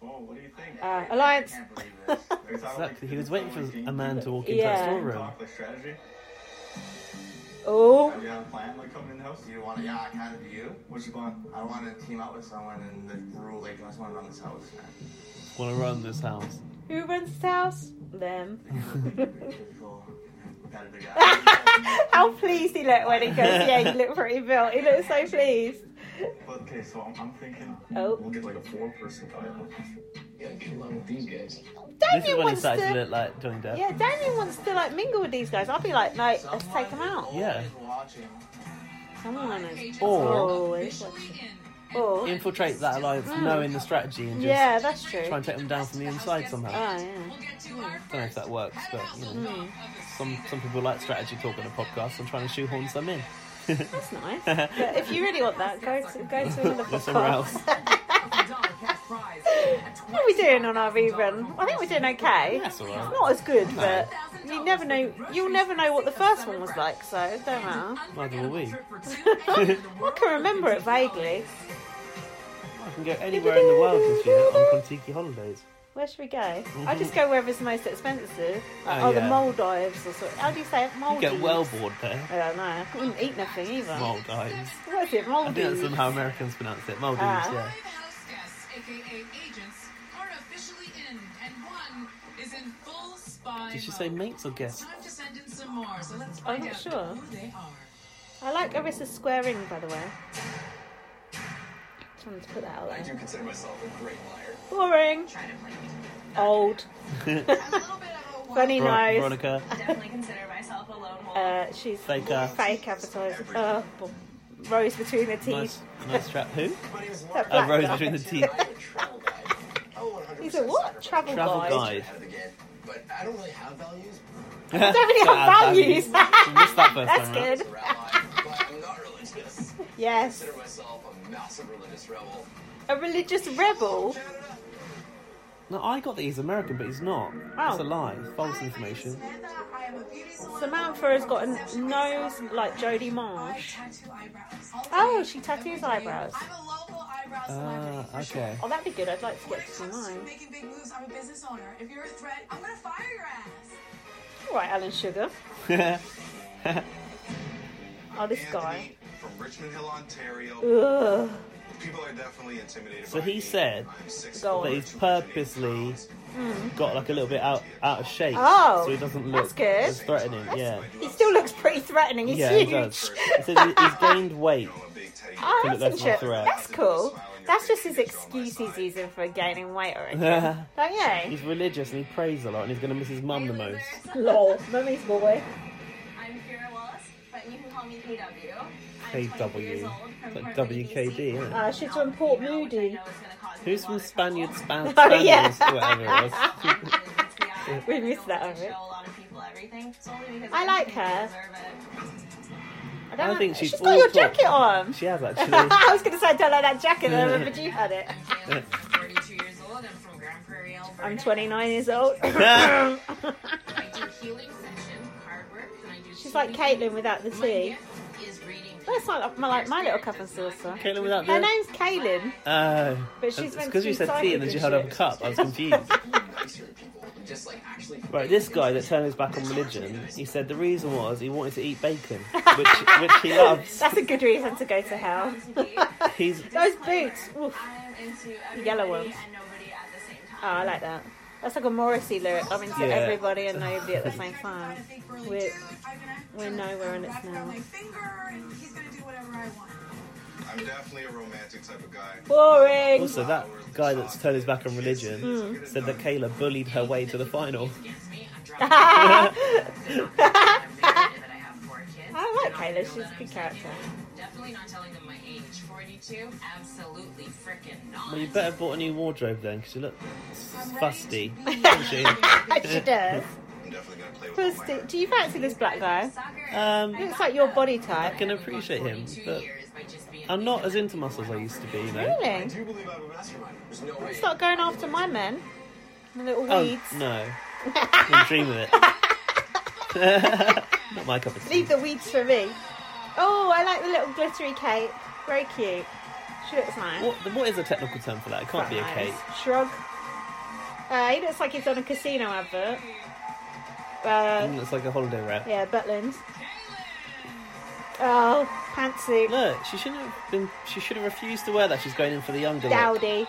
F: Oh, what do you think?
A: Uh, Alliance.
H: I can't believe this.
F: There's
B: Exactly.
F: already-
B: He was waiting for a man to walk into
A: Yeah.
B: that storeroom.
F: Chocolate strategy.
A: Oh,
F: Have you had a plan like coming in the house?
H: You want to? Yeah, I kind of do. You?
F: What you want?
H: I want to team up with someone in the rural Lake. I just want to run this house.
B: Want to run this house?
A: who runs this house? Them.
H: Man. Typical competitive guy.
A: How pleased he looked when he goes, yeah, you look pretty built. He looks so pleased.
F: But, okay, so I'm, I'm thinking
A: Oh,
F: we'll get like a four-person dial.
C: Gotta get along with these guys.
B: this
A: Damien
B: is when he
A: wants
B: started to...
A: to.
B: look like Johnny Depp.
A: Yeah, Damien wants to like mingle with these guys. I'll be like, no, let's
H: Someone
A: take them
H: is
A: out.
H: always
B: Yeah.
H: Watching.
A: Someone is Oh,
I: Agents
B: Or-
I: are
A: always
I: officially
A: watching.
I: in.
A: Oh,
B: Infiltrate that alliance, knowing the strategy, and just
A: Mm. yeah, that's true.
B: try and take them down from the inside somehow.
A: Oh, yeah.
I: We'll get to our
B: don't know if that works,
I: first
B: but,
I: head of
B: you
I: household
B: know.
I: talk of the
B: Some
I: season.
B: some people like strategy talk on a podcast. I'm trying to shoehorn some in.
A: That's nice. But if you really want that, go to, go to another
B: Go somewhere else.
A: podcast. What are we doing on our rerun? I think we're doing okay.
B: That's all right.
A: Not as good, but you never know. You'll never know what the first one was like, so it don't matter.
B: Neither will we.
A: I can remember it vaguely.
B: I can go anywhere in the world this year on Contiki holidays.
A: Where should we go? I just go wherever's the most expensive. Like,
B: Oh,
A: oh,
B: yeah.
A: the Maldives or something. How do you say it?
B: You
A: Maldives.
B: get well bored there.
A: I don't know. I couldn't eat nothing either.
B: Maldives.
A: What's it?
B: I think that's
A: Maldives.
B: somehow Americans pronounce it. Maldives,
A: Ah.
B: yeah.
I: Five house guests, aka agents, are officially in, and one is in full spy.
B: Did she say
I: mode.
B: mates or
I: It's
B: guests?
I: time to send in some more, so let's
A: I'm
I: find
A: not
I: out
A: sure.
I: who they are.
A: I like Arissa's square ring, by the way. Just wanted to put that out
F: I do
A: there.
F: consider myself a great liar.
A: Boring.
G: Try to play me.
A: Old.
G: I'm a little bit of a
A: Funny
B: Ver-
A: nose.
B: Veronica,
G: Definitely consider myself a lone wolf.
A: Uh, she's
B: Faker.
A: fake advertising. Oh, bo- rose between her teeth.
B: nice, nice trap. Who?
H: My name is
A: That
H: Warren.
B: A
A: black
B: rose
A: guy.
B: between the teeth.
F: I'm a travel guy.
H: Oh, 100
A: He's a what? Travel,
B: Travel
A: guide.
B: guide.
H: Out of the gate, but I don't really have values.
A: Definitely
B: Don't
A: have values.
B: We missed that first
A: That's
B: time round.
A: good.
F: I'm a rabbi, but I'm not religious.
A: Yes.
F: Consider myself a massive religious rebel.
A: A religious rebel.
F: Canada.
B: No, I got that he's American, but he's not.
A: Oh.
B: It's a lie. False information.
A: Samantha has got a nose like Jodie Marsh. Oh, she tattoos eyebrows.
G: I'm a local eyebrow celebrity.
B: Ah, okay.
A: Oh, that'd be good. I'd like to
G: When
A: get
G: it
A: some
G: comes to
A: mine.
G: making big moves, I'm a business owner. If you're a threat, I'm gonna fire your ass.
A: Right, Alan Sugar. Oh, this guy.
F: Anthony from Richmond Hill, Ontario.
A: Ugh.
F: People are definitely intimidated
B: So
F: by
B: he
F: me.
B: said
F: I'm six
A: Go
F: foot,
A: on.
B: that he's
F: 280
B: purposely
F: pounds.
B: got like a little bit out out of shape,
A: Hmm. Oh,
B: so he doesn't look
A: that's good.
B: as threatening. Yeah,
A: He still looks pretty threatening. He's
B: yeah, he
A: huge.
B: does. He says he- he's gained weight.
F: I'm a big teddy
A: Oh,
B: Could
A: that's,
B: look like
A: inter-
B: Mothra.
A: that's cool. That's just his excuse he's using for gaining weight, I reckon. Don't you?
B: he's religious and he prays a lot, and he's going to miss his mum the most.
A: Lol, mummy's boy.
G: I'm Kira Wallace, but you can call me KW. I'm 22 years
B: KW,
G: old from
B: like
G: Portland,
B: WKD.
G: BC.
B: Isn't it?
A: Uh, she's from Port
G: Female, which
A: Moody.
G: I know is gonna cause me
B: Who's
G: a
B: from
G: lot of
B: Spaniard
G: trouble.
B: Span-
A: Oh,
B: Spaniards,
A: yeah.
B: whatever it was.
A: We missed that
G: I
A: one, right?
G: don't show a lot of people everything, solely because
A: I like
G: think they
A: her.
G: deserve it.
A: I,
B: I
A: don't know.
B: think she's
A: she's got your
B: awful.
A: jacket on.
B: She has
A: I
B: actually.
A: was going to say, don't like that jacket. I remembered you had it.
I: I'm 42 years old. I'm from Grand Prairie, Alberta.
A: I'm 29 years old.
I: I do healing session, card work, and I do
A: She's like Caitlin without the tea.
I: is reading.
A: That's like my, like my little cup of saucer.
B: Caitlin without
A: Her
B: the.
A: name's Kaylin.
B: Uh,
A: But she's meant
B: because
A: to
B: you
A: be
B: said tea and then she
A: psychic
B: held
A: and
B: up a cup. I was confused.
F: nicer people. Just like actually.
B: Right, this guy that turned his back on religion, he said the reason was he wanted to eat bacon, which which he loves.
A: That's a good reason to go to hell.
B: He's
A: Those boots. Oof.
G: I'm into everybody
A: yellow ones.
G: and nobody at the same
A: Oh, I
G: time.
A: like that. That's like a Morrissey lyric. I'm into
B: Yeah.
A: everybody and nobody at the same time. We're,
D: We're
A: we're nowhere in it
D: wrap it around
A: now.
D: my finger, and he's gonna do whatever I want.
F: I'm definitely a romantic type of guy.
A: Boring.
B: also that guy that's turned his back on religion
A: Hmm.
B: said that Kayla bullied her way to the final.
I: Against me, I'm dropping out of school. I'm married and that I have four kids.
A: I like
I: And all the
A: Kayla,
I: people
A: she's
I: that
A: a good
I: I'm
A: character.
I: seeing, Definitely not telling them my age. 42? Absolutely freaking not.
B: Well, you better have bought a new wardrobe then, because you look s- fusty.
A: she does.
F: I'm definitely gonna play with all my
A: First, do you fancy this black guy?
B: Um,
A: Looks like your body
B: I
A: type.
B: can appreciate him, but I'm not as into muscle as I used to be. You know.
F: I
A: Really?
F: do believe I'm a mastermind. There's no way.
A: Start going after my men. The little
B: Oh
A: weeds.
B: no, I'm dreaming it. Not my cup of tea.
A: Leave the weeds for me. Oh, I like the little glittery cape. Very cute. She looks nice.
B: What, what is a technical term for that? It can't be a
A: Nice.
B: cake.
A: Shrug. Uh, he looks like he's on a casino advert.
B: It
A: Uh,
B: looks Mm, like a holiday wrap.
A: yeah, Butland. Oh, pantsuit.
B: Look, she shouldn't have been. She should have refused to wear that. She's going in for the younger look.
A: Dowdy.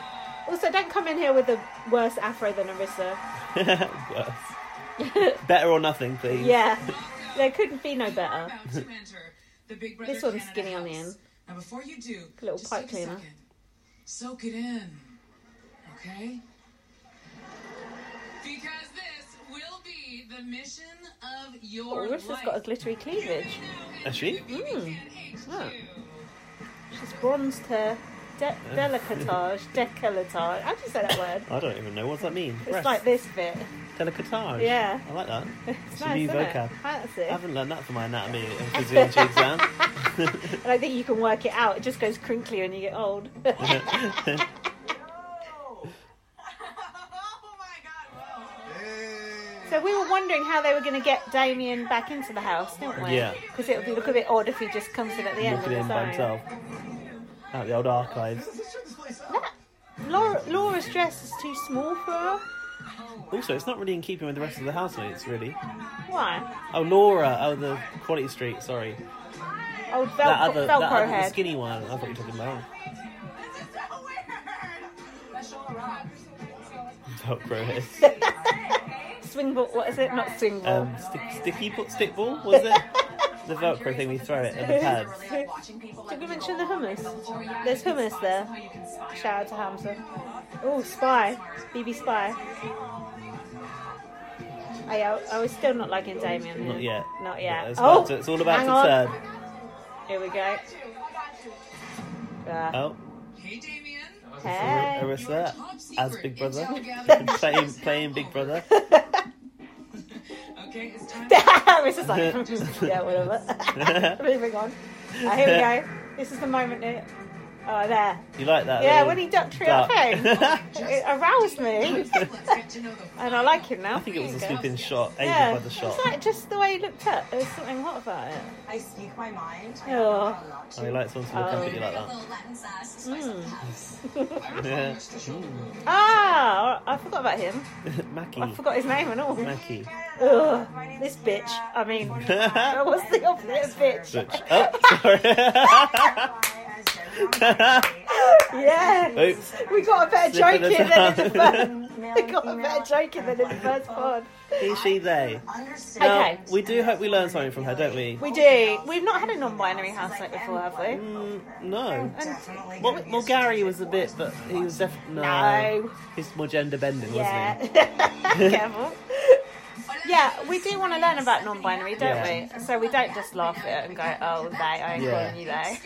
A: Also, don't come in here with a worse afro than Arissa.
B: Worse. Better or nothing, please.
A: Yeah, there couldn't be no better.
D: About to enter the Big Brother
A: This one's
D: Canada
A: skinny on the
D: house.
A: end.
D: Now, before you do,
A: Little
D: just
A: pipe
D: take a
A: cleaner.
D: second. Soak it in, okay?
I: Because this will be the mission of
A: Oh,
I: your
A: Arissa's
I: life.
A: got a glittery cleavage.
B: Has she?
A: Oh. She's bronzed her
B: Uh.
A: de- decolletage. Decolletage. How do you say that word?
B: I don't even know what does that mean.
A: It's like this bit.
B: Delicatage.
A: Yeah.
B: I like that.
A: It's
B: a
A: nice,
B: new
A: isn't it?
B: vocab.
A: Fancy.
B: I haven't learned that for my anatomy and physiology exam.
A: I don't think you can work it out. It just goes crinkly when you get old.
G: Oh my god, whoa.
A: so we were wondering how they were going to get Damien back into the house, didn't we?
B: Yeah.
A: Because it would look a bit odd if he just comes in at the end
B: Walking in
A: of
B: by
A: the own.
B: himself. Out the old archives.
F: Let's check this place out.
A: Laura, Laura's dress is too small for her.
B: Also, it's not really in keeping with the rest of the housemates, really.
A: Why?
B: Oh, Laura. Oh, the Quality Street. Sorry,
A: Old Oh, Velcro,
B: that other, that
A: Velcro
B: other the
A: head.
B: skinny one. I thought you were talking about
G: This is so weird. Special rock.
B: Velcro head.
A: Swing ball, what is it? Not swing ball.
B: um, stick, sticky bo- stick ball was it? the Velcro thing we throw it at the pads.
A: Did we mention the hummus? There's hummus there. Shout out to Hamza. Oh, Spy. BB Spy. I, I was still not liking Damien.
B: Not yet.
A: Not yet.
B: It's,
A: Oh,
B: about to- it's all about
A: hang
B: to
A: on.
B: turn.
A: Here we go. Uh,
B: Oh,
I: Hey, Damien.
A: hey.
B: Arissa
I: Top secret
B: as Big Brother,
I: intel gathering
B: playing
I: is now
B: playing Big
I: over.
B: Brother.
I: Okay, it's time
A: This is like, yeah, whatever. Moving on. Uh, here we go. This is the moment that Oh, there.
B: You like that?
A: Yeah,
B: little
A: when he ducked through that
B: duck?
A: It aroused me,
D: Let's get to know them.
A: and I like him now.
B: I think it was a sweeping shot, aided by the shot.
A: It's like just the way he looked up. There was something hot about it.
G: I speak my mind. I
A: Oh.
G: know not
B: I like someone to look up at you like
G: A
B: that.
G: little Latin sauce to spice up the
A: Hmm.
G: house.
A: Oh.
B: Yeah.
A: Ah, I forgot about him. I
B: Mackie.
A: forgot his name and all.
B: Mackie.
A: Ugh, this bitch. I mean, that was the opposite of bitch.
B: Bitch. Oh, sorry.
A: Yeah,
B: Oops.
A: we got a better joke
B: Slip of the
A: in than in the
B: tongue.
A: first. We got a better joke in than in the first pod.
B: He, she, they.
A: Okay,
G: Understand.
B: We do hope we learn something from her, don't we?
A: we do. We've not had a non-binary housemate before, have we?
B: Mm, no.
G: Definitely.
B: Well, well, Gary was a bit, but he was definitely.
A: No.
B: He's more gender bending, wasn't he?
A: Yeah. Careful. Yeah, we do want to learn about non-binary, don't
B: Yeah.
A: we? So we don't just laugh at it and go, "Oh, they," I ain't
B: Yeah.
A: calling you they.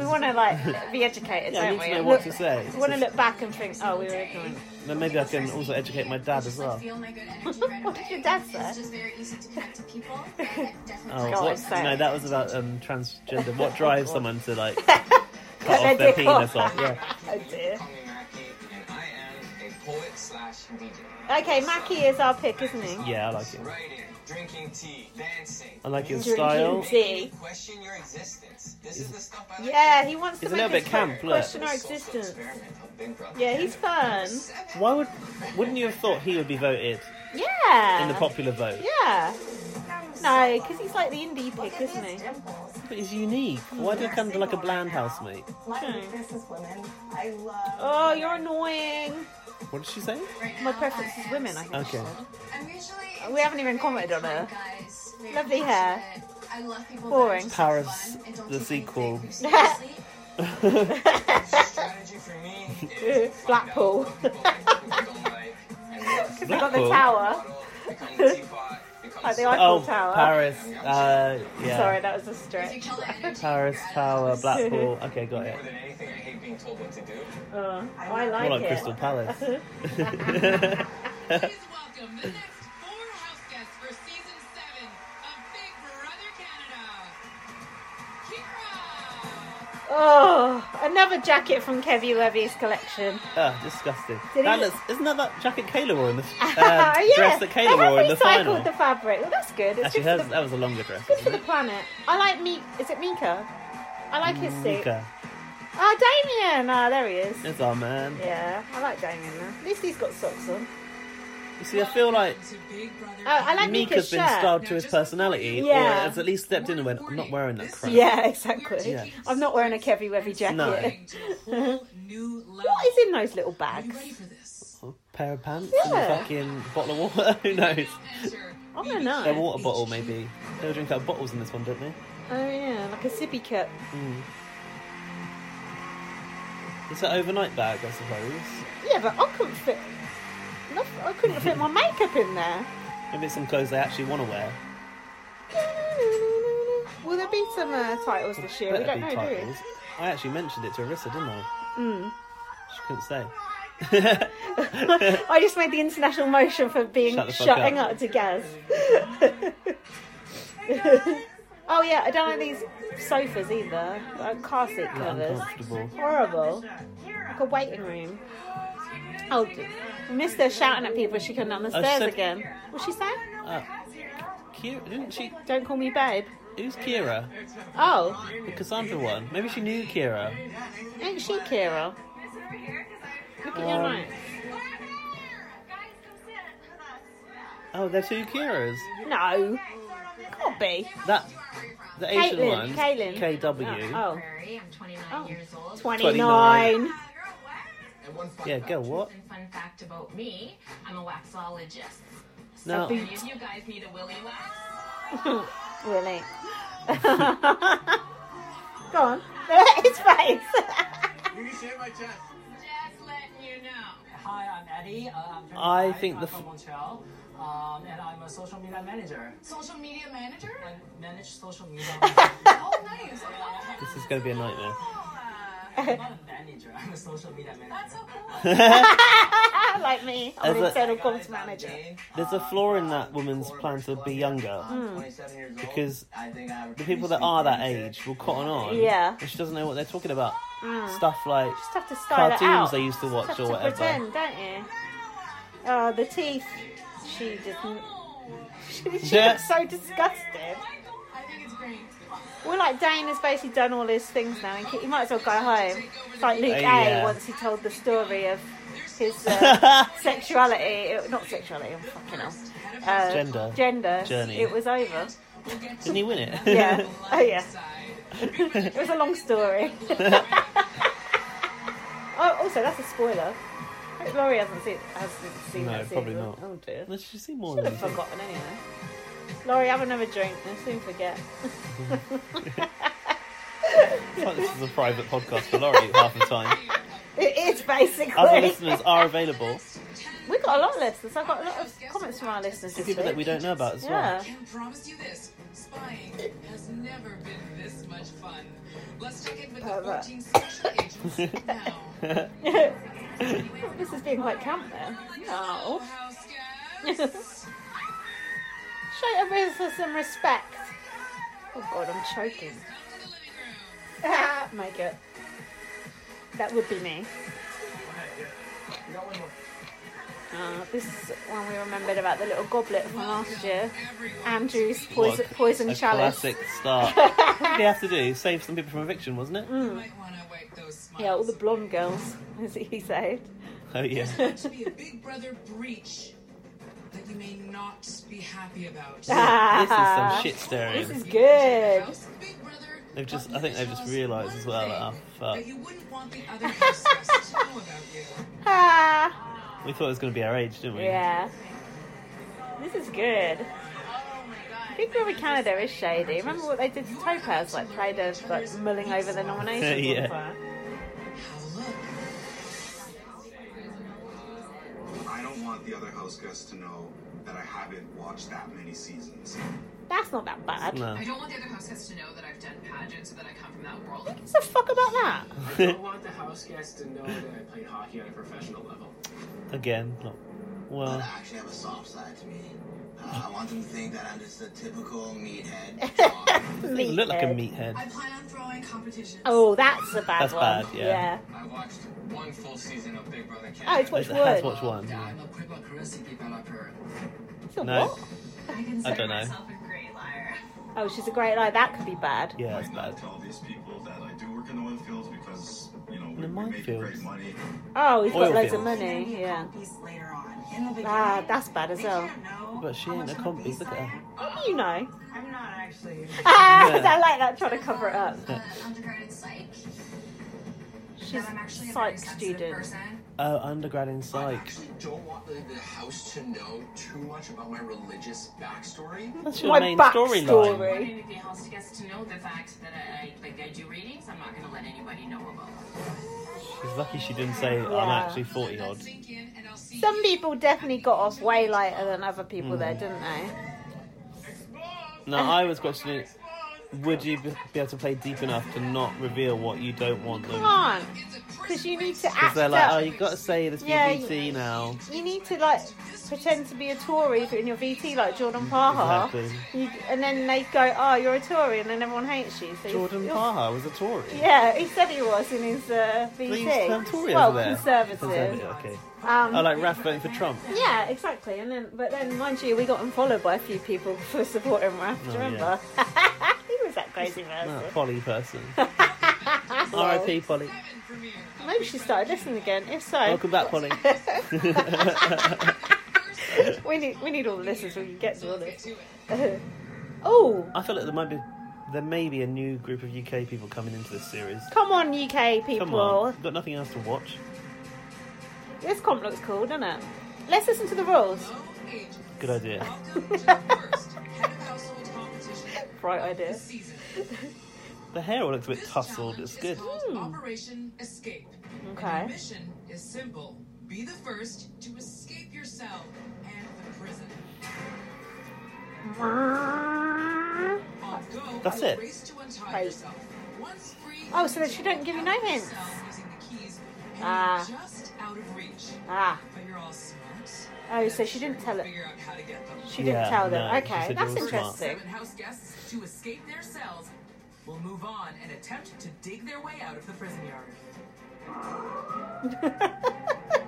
A: we want to like be educated,
B: Yeah, I
A: don't
B: need
A: we?
B: to know
A: And
B: what to
A: look-
B: say.
A: want to look back and think, "Oh, we were ignorant."
B: And then maybe I can also educate my dad as well.
I: Feel my good energy right
A: What
I: away.
A: did your dad
I: It's
A: say?
I: just very easy to connect to people. and I definitely
B: Oh,
A: God,
B: what,
A: so-
B: no, that was about um, transgender. What drives someone to like
A: Cut
B: cut off
A: their
B: their
A: dick off.
B: penis off? Yeah.
A: Oh dear.
H: Call me Mackie, and I am a poet slash DJ.
A: Okay, Mackie is our pick, isn't he?
B: yeah, I like it.
H: Writing, drinking tea, dancing.
B: I like his
A: Drinking
B: style.
A: tea.
H: Making you
A: See.
H: question your existence. This is the stuff I like.
A: Yeah, he wants to
B: He's a
A: make
B: little bit
A: us
B: camp, look.
A: question our
H: Social
A: existence.
H: experiment of Big Brother.
A: Yeah, he's fun.
B: Why would? Wouldn't you have thought he would be voted
A: Yeah.
B: in the popular vote?
A: Uh, Yeah. No, because he's like the indie pick, isn't he?
B: But he's unique. Why do you come to like a bland housemate?
G: This is women. I love.
A: Oh, you're annoying.
B: What did she say?
A: My preference is women, I think.
B: Okay.
I: I'm usually
A: We haven't even commented on her.
I: guys. very
A: Lovely hair.
I: passionate. I love people
A: Boring.
I: that are just
B: Paris,
I: fun and don't
B: the
I: take anything
B: sequel.
I: too seriously.
H: strategy for me is
A: Blackpool.
H: people like, people don't like, and love.
A: They got the
B: Blackpool.
A: tower,
H: Become the teapot, become
A: like the
H: soap.
A: Eiffel
B: Oh,
A: Tower.
B: Paris. Uh, yeah.
A: Sorry, that was a
I: If you
A: stretch.
I: kill the energy,
B: Paris Tower, Blackpool. Okay, got it.
H: More than anything, I hate being told what to do.
A: Oh, I
B: More
A: like,
B: like
A: it.
B: Crystal Palace.
D: Please welcome the next four house guests for season seven of Big Brother Canada. Kira,
A: Oh, another jacket from Kevy Levy's collection.
B: Ah, disgusting.
A: Did
B: that
A: he-
B: looks, isn't that that jacket Kayla wore in the uh,
A: Ah,
B: dress that
A: they
B: Kayla
A: have
B: wore in the
A: recycled
B: final?
A: the fabric. Well, that's good. It's
B: Actually,
A: good for,
B: hers, uh,
A: the,
B: that was a longer dress.
A: good for the planet. I like Meek. Is it Mika? I like his suit.
B: Mika,
A: Ah, Damien. Ah, there he is.
B: that's our man.
A: Yeah, I like Damien now. At least he's got socks on.
B: You see, I feel like
D: to Big Brother.
A: Oh, I like Mika's
B: Mika's
A: shirt.
B: been styled to his personality, or
A: Yeah.
B: has at least stepped in and went, "I'm not wearing that crap."
A: Yeah, exactly.
B: Yeah.
A: I'm not wearing a Kevy Wevy jacket.
B: No.
D: To a whole new level.
A: What is in those little
D: Are you
A: bags?
D: ready for this?
B: A pair of pants and
A: Yeah.
B: a fucking bottle of water. Who knows?
A: I don't know.
B: A water bottle, maybe. They'll drink out of bottles in this one, don't they?
A: Oh yeah, like a sippy cup.
B: It's an overnight bag, I suppose.
A: Yeah, but I couldn't fit. not- I couldn't fit my makeup in there.
B: Maybe it's some clothes they actually want to wear.
A: Will there be some uh, titles this year? We Hmm.
B: Better
A: don't
B: be
A: know, do
B: titles. I actually mentioned it to Arissa, didn't I? She couldn't say.
A: we? I just made the international motion for being
B: Shut the fuck
A: shutting up.
B: up.
A: to Gaz. oh yeah, I don't like these sofas either. Like car seat covers.
B: Uncomfortable.
A: Horrible. Like a waiting room. Oh, d- missed her shouting at people as she came down the
B: I
A: stairs
B: said-
A: again. What's she saying?
B: Oh, Uh, Kira, didn't she?
A: Don't call me babe.
B: Who's Kira?
A: Oh,
B: The Cassandra one. Maybe she knew Kira.
A: ain't she Kira? Look at your
B: Um,
A: notes.
B: Oh, they're two Kiras.
A: No, can't be.
B: That the Asian
A: Caitlin,
B: one.
A: Caitlin.
B: KW.
A: Oh,
I: I'm 29
A: Oh.
I: years old.
A: 29.
I: Uh,
H: And one fuck
B: Yeah,
H: up.
B: go what?
I: And fun fact about me, I'm a waxologist.
B: No,
I: Any of you guys need a willy wax?
A: Really? Go on. Look at His face.
F: You can shave my chest.
I: Just letting you know.
J: Hi, I'm Eddie. Uh, I'm 25.
B: I think the
J: I'm
B: f-
J: from Montreal, um, and I'm a social media manager.
I: Social media manager?
J: I manage social media. Uh,
I: Oh, nice.
B: this is going to be a nightmare.
I: Oh, uh,
J: I'm not a manager. I'm a social media manager.
G: That's so cool.
A: like me, I'm
B: As
A: an
B: a-
A: internal comms manager.
B: There's a flaw in that woman's plan to be younger because the people that are that age will cotton on.
A: Yeah.
B: And she doesn't know what they're talking about.
A: Mm.
B: Stuff like
A: Just have to style it out.
B: cartoons they used to watch
A: Just have
B: or
A: to
B: whatever.
A: pretend, don't you? Oh, the teeth. She didn't. She, she
B: Yeah.
A: looks so disgusted.
I: I think it's great.
A: We're like Dane has basically done all his things now. and He might as well go home. It's like Luke
B: Oh,
A: A.
B: yeah.
A: Once he told the story of his uh, sexuality, it- not sexuality, I'm fucking hell. Uh,
B: Gender.
A: Gender.
B: Journey.
A: It was over.
B: Didn't he win it?
A: Yeah. Oh yeah. It was a long story. oh, also that's a spoiler. I hope Laurie hasn't seen hasn't seen
B: No,
A: that
B: probably
A: season.
B: not.
A: Oh dear.
B: Let's just see more
A: Should
B: than
A: have forgotten anyway. Laurie, have another drink. I'll soon forget.
B: It's like this is a private podcast for Laurie half the time.
A: It is basically.
B: Other listeners are available.
A: We got a lot of listeners. I got a lot of comments from our listeners. This
B: People that
A: week.
B: we don't know about as
A: Yeah.
B: well.
D: can promise you this spying has never been this much fun. Let's check in with the
A: Pervert.
D: 14 special agents now.
A: this has been quite camp there. No.
D: Hello, house
A: Show
D: guests.
A: Arisa some respect. Oh god, I'm choking.
D: Please come to the living room.
A: Ah, Make it. That would be me. Uh, this is one we remembered about the little goblet from last year. Andrew's poison,
B: What
A: poison
B: a
A: chalice.
B: classic start. what did he have to do? Save some people from eviction, wasn't
A: Hmm.
B: it?
D: You might want to wipe those smiles.
A: Yeah, all the blonde girls, as he said.
B: Oh yeah.
D: There's going to be a Big Brother breach that you may not be happy about.
B: This is some
A: Ah,
B: shit
A: this
B: staring.
A: is good.
D: House Big Brother
B: They've just-
D: want
B: I think
D: you to
B: they've just
D: tell us
B: realised
D: one
B: as well
D: thing
B: that, oh, fuck.
D: that you wouldn't want the other houseguests to know about you.
A: Ah,
B: We thought it was going to be our age, didn't we?
A: yeah. This is good.
I: Oh my god.
A: Big Brother Canada is shady. Remember what they did to Topaz? Like, played us, like, mulling over the nominations all
B: Yeah.
A: the time.
D: Have a look.
F: I don't want the other house guests to know that I haven't watched that many seasons.
A: That's not that bad.
B: No.
I: I don't want the other houseguests to know that I've done pageants or that I come from that world.
A: What's the fuck about that?
F: I don't want the house guests to know that I played hockey on a professional level.
B: Again, not.
H: But I
B: Well,
H: actually have a soft side to me. Uh, I want them to think that I'm just a typical meathead. dog.
B: you look like a
A: Meathead.
B: meathead.
I: I plan on throwing competitions.
A: Oh, that's a bad
B: That's
A: one.
B: bad, yeah.
F: I watched one full season of Big Brother
A: Oh, it's Watch
F: Canada.
B: Let's- let's
A: Wood.
B: watch Ah, one.
F: I'm a cryptocurrency developer.
A: So
B: No.
A: what?
I: I consider
B: don't know.
I: myself a great liar.
A: Oh, she's a great lie. That could be bad.
B: Yeah, that's
F: might not
B: bad.
F: tell these people that I do work in the oil fields because, you know, we,
B: the
F: we make
B: minefields.
F: great money.
A: Oh, he's got
B: Oil
A: loads
B: bills.
A: of money. Yeah.
G: Later on, in the beginning,
A: Ah, that's bad as
G: they
A: well.
G: shouldn't know
B: But she
G: how
B: ain't
G: much
B: a
G: of
B: compy.
G: beast
B: Look
G: I
B: at
G: am.
B: her.
A: You know.
G: I'm not actually.
A: Ah,
B: Yeah.
A: I like that. Trying to cover it up.
I: Uh, undergrad in psych.
A: She's
I: that I'm actually
A: a
I: a very
A: psych
I: sensitive
A: student.
I: person.
B: Oh, undergrad in
F: I
B: psych.
F: actually don't want the, the house to know too much about my religious backstory.
B: That's your
A: My
B: main
A: backstory.
B: storyline.
A: Right.
K: wanting the house guests to know the fact that I, I- like I do readings. I'm not going to let anybody know about. it.
B: She's lucky she didn't say I'm
A: Yeah.
B: actually forty
D: Let that
B: odd.
D: sink in, and I'll see
A: Some
D: you
A: people definitely got off way later than other people
B: Hmm.
A: there, didn't they?
B: No, I was questioning. Would you be be able to play deep enough to not reveal what you don't want them?
A: Come on. Because you need to
B: Because
A: act
B: they're like,
A: up.
B: oh, you've got to say this
A: Yeah,
B: BBC now.
A: You need to like pretend to be a Tory in your VT like Jordan Parha,
B: Exactly.
A: you, and then they go, "Oh, you're a Tory," and then everyone hates you. So you-
B: Jordan
A: you're-
B: Parha was a Tory.
A: Yeah, he said he was in his uh, VT.
B: Please turn Tory
A: well,
B: over there.
A: conservative.
B: Conservative, Okay.
A: Um,
B: Oh, like Raph voting for Trump.
A: Yeah, exactly. And then, but then, mind you, we got unfollowed by a few people for supporting Raph. Do you
B: Oh, yeah.
A: remember? he was that crazy
B: No,
A: person.
B: Ah, Polly person. R.I.P. Polly.
D: in premiere.
A: Maybe she started listening again. If so,
B: Welcome back, Polly.
A: we need we need all the listeners we can get to all
D: Get
A: this.
D: to it.
A: oh,
B: I feel like there might be, there may be a new group of UK people coming into this series.
A: come on, UK people.
B: Come on, we've got nothing else to watch.
A: This comp looks cool, doesn't it? Let's listen to the rules.
D: Hello, agents.
B: Good idea.
D: Welcome to the first head of household competition
A: Bright
D: of
A: idea.
D: the season.
B: The hair all looks a bit
D: This
B: tousled.
D: challenge
B: It's
D: is
B: good.
D: called Operation Escape. And
A: Hmm. Okay.
D: your mission is simple: be the first to escape your cell and the prison. On go,
B: That's
D: you'll
B: it.
D: Race to untie
A: Right.
D: yourself. Once free,
A: Oh, so that she don't give you no hints. Ah. Ah. Oh, so she didn't tell it. She didn't
B: Yeah,
A: tell them.
B: no, she
A: okay,
B: said
A: that's
B: it was smart.
A: interesting.
E: Seven house guests to escape their cells will move on and attempt to dig their way out of the prison yard.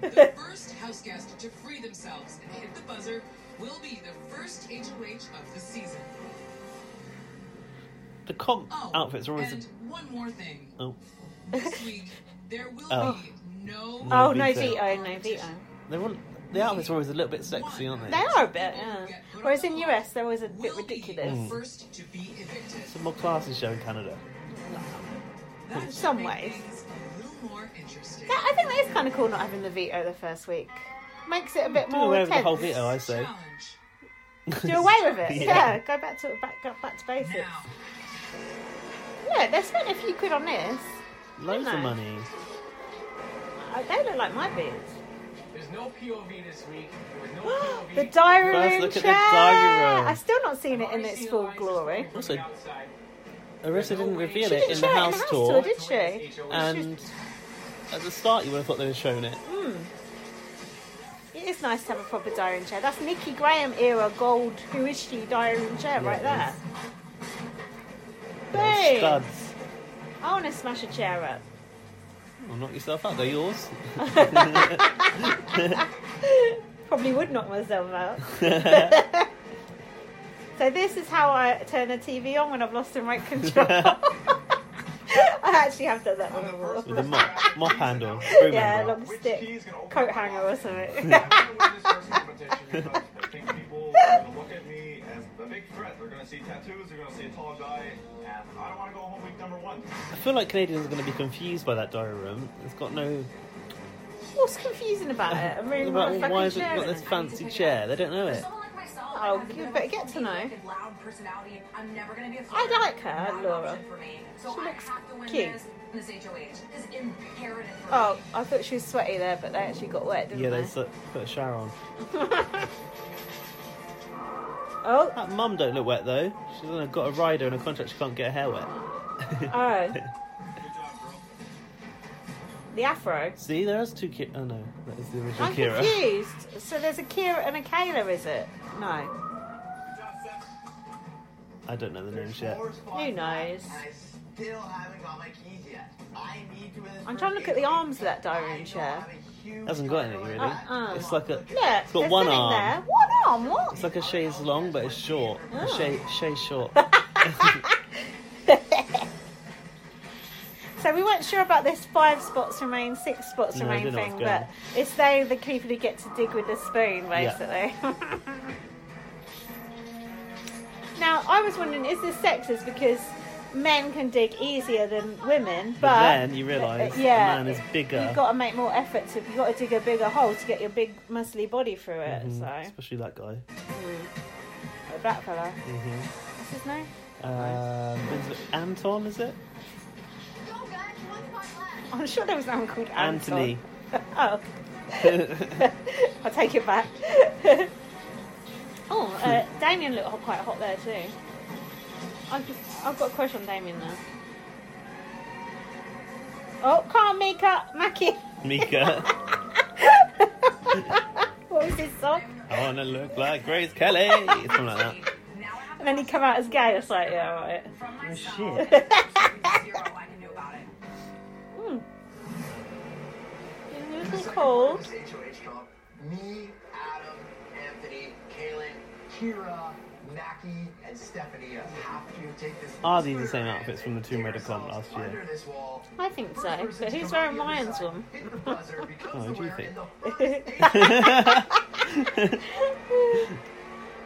D: the first house guest to free themselves and hit the buzzer will be the first HOH of the season.
B: The comp
D: Oh,
B: outfits are always.
D: and one more thing.
B: Oh.
D: This week there will
B: Oh.
D: be no.
B: No
A: oh, no
B: veto.
A: veto, no veto.
B: They're all, the outfits are always a little bit sexy, aren't they?
A: They are a bit, yeah. Whereas in US, they're always a bit ridiculous.
B: Mm.
D: First to be evicted.
B: Some more classes show in Canada.
A: In some ways.
D: A little more interesting.
A: That, I think that is kind of cool not having the veto the first week. Makes it a bit
B: Do
A: more
B: away with
A: intense.
B: the whole veto, Oh, I say.
A: Do away with it.
B: Yeah.
A: yeah. go back to back go back to basics. Look, they spent a few quid on this.
B: Loads
A: No.
B: of money.
A: Uh, They look like my beards.
L: There's no POV this week. There was no POV.
A: The diary
B: First
A: room
B: look at the
A: chair.
B: diary room.
A: I've still not seen it in its full glory.
B: Also, Arissa didn't reveal
A: She
B: it
A: didn't
B: in
A: show
B: the
A: it in
B: house tour.
A: did she?
B: And at the start, you would have thought they would have shown it.
A: Mm. It is nice to have a proper diary room chair. That's Nikki Graham era gold. Who is she? Diary room chair
B: Yeah,
A: right
B: it is.
A: there.
B: They're
A: Boom.
B: Studs.
A: I want to smash a chair up.
B: Well, knock yourself out. They're yours.
A: Probably would knock myself out. so this is how I turn the TV on when I've lost remote control. I actually have done that one before.
B: With a mop, mop handle. Broom
A: yeah,
B: handle.
A: long stick, coat hanger or something.
L: Look at me as a big threat. They're gonna see tattoos. They're gonna see a tall guy. And I don't want to go home week number one.
B: I feel like Canadians are going to be confused by that diary room. It's got no.
A: What's confusing about it? A room
B: About,
A: with a
B: well, why
A: fucking
B: has it
A: chair in
B: got this
A: it?
B: fancy chair? They don't know it.
A: Oh, you better get to know.
G: Loud personality. I'm never gonna be a
A: I like her, Laura.
G: for me. So
A: She
G: I
A: looks
G: have to win
A: cute.
G: this. This HOH is imperative for me.
A: Oh, I thought she was sweaty there, but they actually got wet, didn't
B: Yeah,
A: they?
B: they s- put a shower on.
A: Oh.
B: That mum don't look wet though. She's only got a rider and a contract. She can't get her hair wet.
A: Oh. The afro.
B: See, there is two. Ki- oh no, that is the original
A: I'm
B: Kira.
A: confused. So there's a Kira and a Kayla, is it? No.
B: I don't know the names yet.
A: Who knows?
H: Still haven't got my keys yet. I need to win this
A: I'm trying to look at the arms of that diary room chair.
B: Hasn't got any really.
A: Uh-uh.
B: It's like a.
A: Look,
B: it's got
A: there's
B: one
A: something
B: arm.
A: there. One arm, what?
B: It's like a chaise long, but it's short. A
A: Oh.
B: chaise, chaise short.
A: So we weren't sure about this five spots remain, six spots
B: No, I
A: remain
B: don't know
A: thing,
B: what's going
A: but
B: on.
A: it's they the people who get to dig with a spoon,
B: Yeah.
A: basically. now, I was wondering, is this sexist because men can dig easier than women, but,
B: But then you realise
A: uh, yeah,
B: the man is bigger.
A: You've got to make more effort to. You've got to dig a bigger hole to get your big muscly body through it.
B: Mhm,
A: So
B: Especially that guy.
A: Like that fella.
B: hmm
A: What's his name?
B: Um, Vince- Anton, is it?
A: I'm sure there was someone called
B: Anthony.
A: Anton. oh, I take it back. oh, uh,
B: Hmm.
A: Damien looked hot- quite hot there too. I've, just, I've got a crush on Damien now. Oh, come on, Mika, Mackie.
B: Mika.
A: What was his song?
B: I want to look like Grace Kelly. Something like that.
A: And then he come out as gay. It's like, yeah, right.
B: Oh, shit.
A: Hmm. It was cold.
H: Me, Adam, Anthony, Kaylin, Kira, Mackie, and Stephanie have to take this.
B: Are these the same outfits from the Tomb Raider comp last year?
H: this wall.
A: I think so. But who's wearing Ryan's one?
B: Oh, do you think?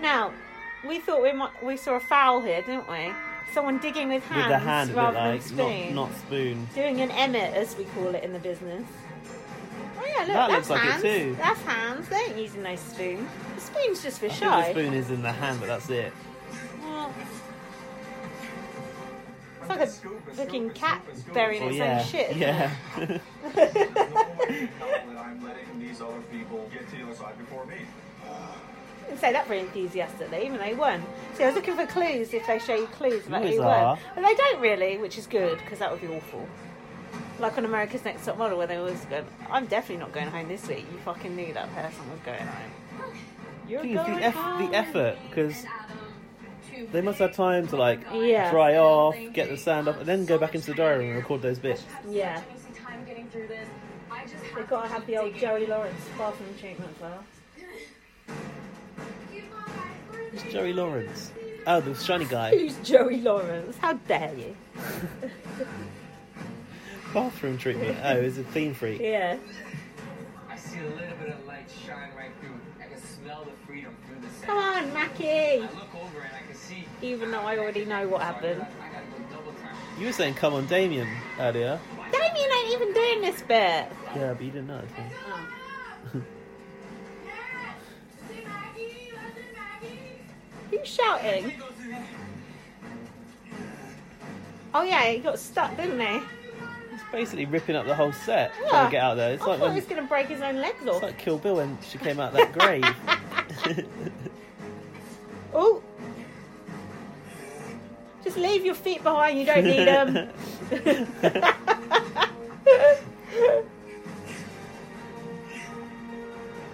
A: now, we thought we might, we saw a foul here, didn't we? Someone digging with
B: With
A: hands
B: the hand, it looked
A: rather than
B: like
A: spoon.
B: not, not spoon.
A: Doing an emmet, as we call it in the business. Oh yeah, look,
B: That
A: that's
B: looks like it
A: hands.
B: too.
A: That's hands. They ain't using no spoon. The spoon's just for
B: I think the
A: show.
B: spoon is in the hand, but that's it.
A: Well, It's like a fucking cat burying
B: Oh
A: its
B: yeah,
A: own shit. isn't
B: yeah.
A: it?
L: I'm letting these other people get to the other side before me.
A: didn't say that very enthusiastically, even though he won. So I was looking for clues if they show you clues about
B: Clues
A: who
B: are-
A: won. But they don't really, which is good because that would be awful. Like on America's Next Top Model, where they always go, I'm definitely not going home this week. You fucking knew that person was going home. You're
B: Jeez,
A: going
B: the, eff-
A: home.
B: the effort because they must have time to like
A: Yeah.
B: dry off, get the sand off, and then go back into the diary room and record those bits.
A: Yeah.
G: time getting through this. I just
A: We gotta have the old Joey Lawrence bathroom treatment as well.
B: It's Joey Lawrence. Oh, the shiny guy.
A: Who's Joey Lawrence? How dare you?
B: Bathroom treatment. Oh, is a theme freak.
A: Yeah.
J: I see a little bit of light shine right through. I can smell the freedom through the
A: Come
J: sand.
A: on, Mackie!
J: I look over and I can see.
A: Even though I already know what happened.
J: I gotta go double time.
B: You were saying "Come on, Damien" earlier.
A: Damien ain't even doing this bit!
B: Yeah, but you didn't know. did you?
A: Who's shouting? Oh yeah, he got stuck, didn't he?
B: It's basically ripping up the whole set trying
A: Yeah.
B: to get out there. It's
A: I
B: like
A: thought
B: when
A: he was
B: it's
A: gonna break his own legs off.
B: like Kill Bill when she came out that grave.
A: Oh! Just leave your feet behind, you don't need them.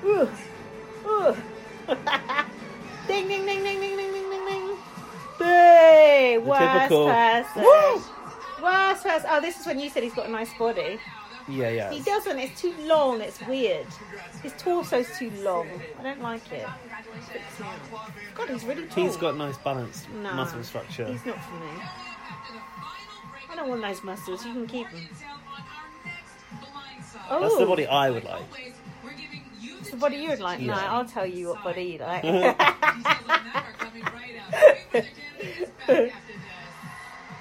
A: Ooh. Ooh. ding, ding, ding, ding, ding, ding, ding, ding, ding. Boo! Worst
B: typical.
A: person. Worst person. Oh, this is when you said he's got a nice body.
B: yeah, yeah.
A: He doesn't. It's too long. It's weird. His torso's too long. I don't like it. God, he's really tall.
B: He's got nice balanced
A: No.
B: muscle structure.
A: He's not for me. I don't want those muscles. You can keep them. Oh,
B: That's the body I would like.
A: It's the body you would like. No,
B: Yeah.
A: I'll tell you what body you like.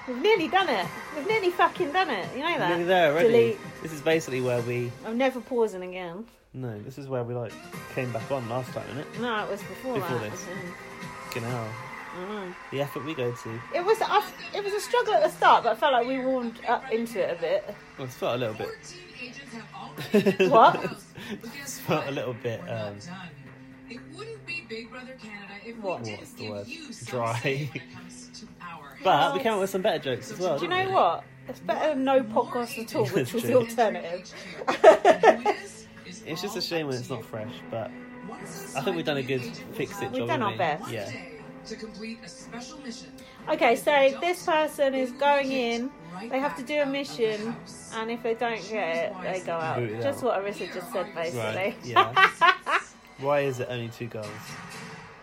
A: We've nearly done it. We've nearly fucking done it. You know that.
B: Nearly there already.
A: Delete.
B: This is basically where we
A: I'm never pausing again.
B: no. This is where we like came back on last time, innit?
A: No, it was before,
B: Before
A: that.
B: this.
A: Mm.
B: Genau.
A: Mm.
B: The effort we go to.
A: It was I, it was a struggle at the start, but I felt like we warmed up into it a bit.
B: Well, it's felt a little bit.
A: What?
B: It's felt a little bit. Um,
D: It wouldn't be Big Brother Canada if
A: What?
D: we
B: what's
D: didn't
B: the
D: give
B: word?
D: you some say
B: Dry.
D: when it comes to our
B: but we came up with some better jokes as well.
A: Do you
B: didn't
A: know
B: we?
A: what? It's better than no podcast at all, which
B: That's
A: was the
B: true.
A: alternative.
B: It's just a shame when it's not fresh, but I think we've done a good fix it job.
A: We've done our
B: haven't we?
A: best.
B: Yeah.
D: to complete a special mission.
A: Okay, so this person is going in. They have to do a mission, and if they don't get it, they go out.
B: Booted
A: Just
B: out.
A: what Arissa just said, basically.
B: Right. Yeah. Why is it only two girls?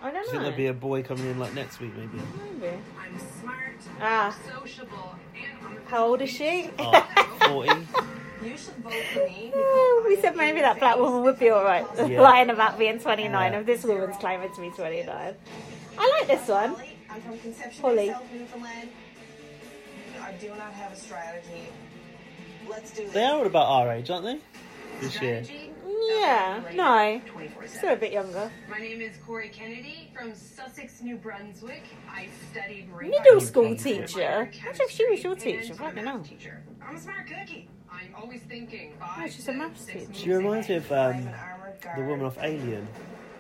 A: I
B: Do you
A: don't
B: think
A: know.
B: there'll be a boy coming in like next week, maybe?
A: Maybe.
E: I'm smart,
A: Ah.
E: sociable, and
A: How old is she?
B: Oh, 40?
G: You should vote for me.
A: Oh, we said maybe that black woman would be all right.
B: Yeah.
A: Lying about being 29,
B: Yeah.
A: and this woman's claiming to be 29. I like this one.
G: Holly, I'm from Conception
A: Holly.
G: myself, Newfoundland. I do not have a strategy. Let's do this.
B: They are all about our age, aren't they? This year.
A: Yeah, no. Still a bit younger.
E: My name is Corey Kennedy from Sussex, New Brunswick. I studied
A: Middle school teacher. Imagine if she was your teacher. Fucking hell.
E: teacher. I'm a smart cookie. I'm always thinking.
A: No, she's a maths teacher.
B: She reminds me of um,
G: Armored guard.
B: the woman off Alien.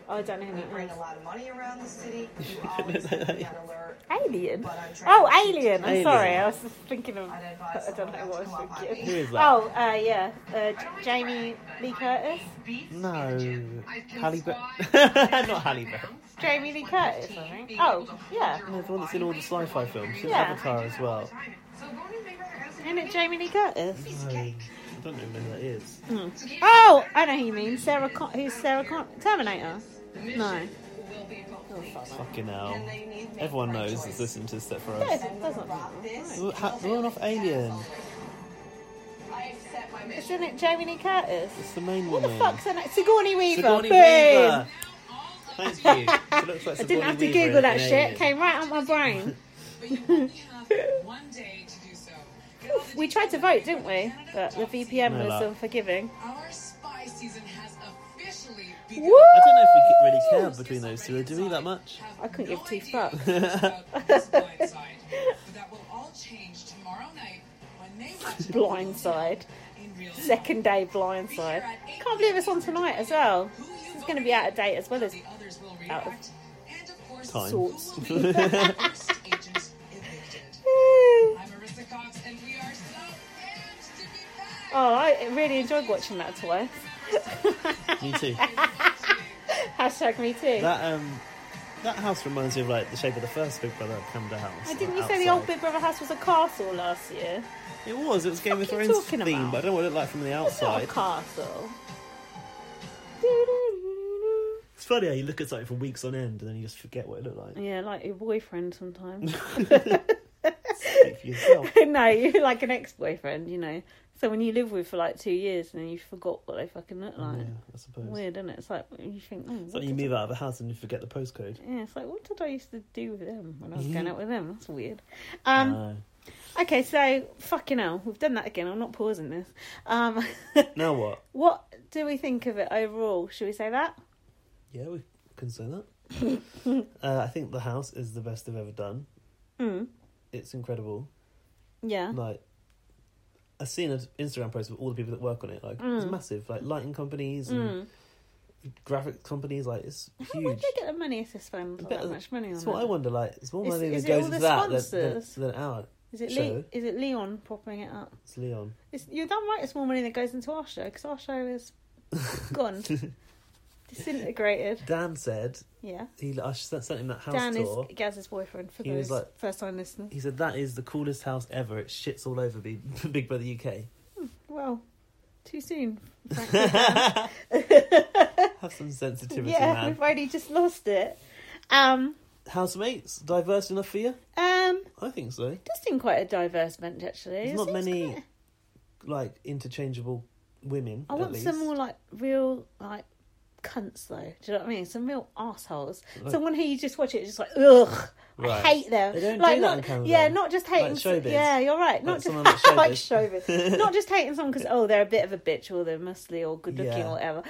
A: Oh, I don't know who
G: Bring
A: that
G: a lot of money around the city. You always have to be on
B: That's
G: alert.
A: is. Alien.
G: But I'm trying
A: Oh,
G: to teach
A: Alien. I'm
B: Alien.
A: sorry. I was just thinking of.
G: I'd advise
A: I don't know
G: someone
A: what I
G: else to
A: was
G: come up
A: thinking.
B: Who
A: of.
B: is that?
A: Oh, uh, yeah. Uh, J- Jamie Lee Curtis.
B: No. Halle Berry. Not Halle Berry.
A: Jamie Lee Curtis, I think. Oh, yeah.
B: No, the one that's in all the sci-fi films. She's
A: Yeah.
B: Avatar as well.
A: Isn't it Jamie Lee Curtis?
B: No, I don't know who that is.
A: Oh, I know who you mean. Sarah Con- Who's Sarah Con- Terminator? No.
B: Fucking hell. Everyone knows that's listening to Step For
A: No,
B: Us.
A: it doesn't. Right.
B: The ha- the woman off Alien.
A: Isn't it Jamie Lee Curtis?
B: It's the main
A: What
B: woman.
A: the fuck's her name? Sigourney Weaver.
B: Hmm. Sigourney
A: Boom.
B: Weaver. Thank you. She looks like
A: I didn't have to
B: Sigourney Weaver
A: Google
B: in
A: that shit.
B: Alien.
A: It came right out my brain.
D: But you only have one day to do so. Get all the
A: We tried to vote, didn't we? But the VPN
B: No
A: was
B: luck.
A: unforgiving.
D: Our spy season has officially begun.
A: Woo!
B: I don't know if we ca- really care between those two, do we, that much?
A: I couldn't give two
D: idea
A: fucks.
D: about this blind side, but that will all change tomorrow night when they watch
A: Blindside.
D: in real time.
A: Second day blindside. Can't believe it's on tonight as well. This is going to be out of date as well as
D: The others will react.
A: out of
B: Time.
A: sorts.
D: I'm Marissa Cox, and we are so damned to be back.
A: Oh, I really enjoyed watching that twice.
B: Me too.
A: Hashtag me too.
B: That um, that house reminds me of like the shape of the first Big Brother Canada house.
A: Oh, didn't
B: like,
A: you say the
B: outside.
A: old Big Brother house was a castle last year?
B: It was. It was Game of
A: fuck you
B: Thrones
A: talking
B: theme,
A: about?
B: but I don't know what it looked like from the
A: It's not a
B: outside.
A: castle.
B: It's funny how you look at something for weeks on end and then you just forget what it looked like.
A: Yeah, like your boyfriend sometimes.
B: Speak for yourself.
A: no, you're like an ex-boyfriend, you know. Someone you live with for like two years and then you forgot what they fucking look like.
B: Yeah, I suppose.
A: Weird, isn't it? It's like you think, oh,
B: It's
A: what
B: like you
A: did
B: move out of a house and you forget the postcode.
A: I- yeah, it's like what did I used to do with them when I was going out with them? That's weird. Um,
B: No.
A: okay, so fucking hell, we've done that again. I'm not pausing this. Um,
B: now what?
A: what do we think of it overall? Should we say that?
B: Yeah, we can say that. uh, I think the house is the best they've ever done.
A: Mm.
B: It's incredible.
A: Yeah.
B: Like, I've seen an Instagram post with all the people that work on it. Like,
A: Mm.
B: it's massive. Like, lighting companies and
A: Mm.
B: graphic companies. Like, it's
A: Hmm. Where
B: huge.
A: do they get the money if they spend like, that much money on
B: That's
A: it?
B: what I wonder. Like, it's more
A: Is-
B: money
A: is
B: that
A: it
B: goes
A: all the
B: into that than, than,
A: sponsors?
B: than our
A: Is it
B: show.
A: Le- is it Leon propping it up?
B: It's Leon.
A: It's, you're damn right. It's more money that goes into our show because our show is gone, disintegrated.
B: Dan said
A: Yeah.
B: he. I sent sent him that house
A: Dan
B: tour.
A: is Gaz's boyfriend for
B: He was
A: those
B: like-
A: first-time listeners.
B: He said that is the coolest house ever. It shits all over Big, Big Brother UK.
A: Well, too soon.
B: Have some sensitivity,
A: yeah,
B: man.
A: we've already just lost it. Um,
B: Housemates, diverse enough for you?
A: um,
B: I think so.
A: does seem quite a diverse bunch actually.
B: There's
A: It
B: not
A: seems
B: many
A: quite-
B: like interchangeable women.
A: I
B: at
A: want
B: least.
A: some more like real like cunts though. Do you know what I mean? Some real assholes.
B: Like-
A: Someone who you just watch it, it's just like ugh. I
B: Right.
A: hate them.
B: They don't
A: like,
B: do that
A: not,
B: in Canada.
A: Yeah, not just
B: Like
A: hating.
B: showbiz.
A: Yeah, you're right.
B: Like
A: Not
B: someone
A: just
B: like
A: like
B: showbiz.
A: showbiz. not just hating someone because oh they're a bit of a bitch or they're muscly or good looking
B: Yeah.
A: or whatever.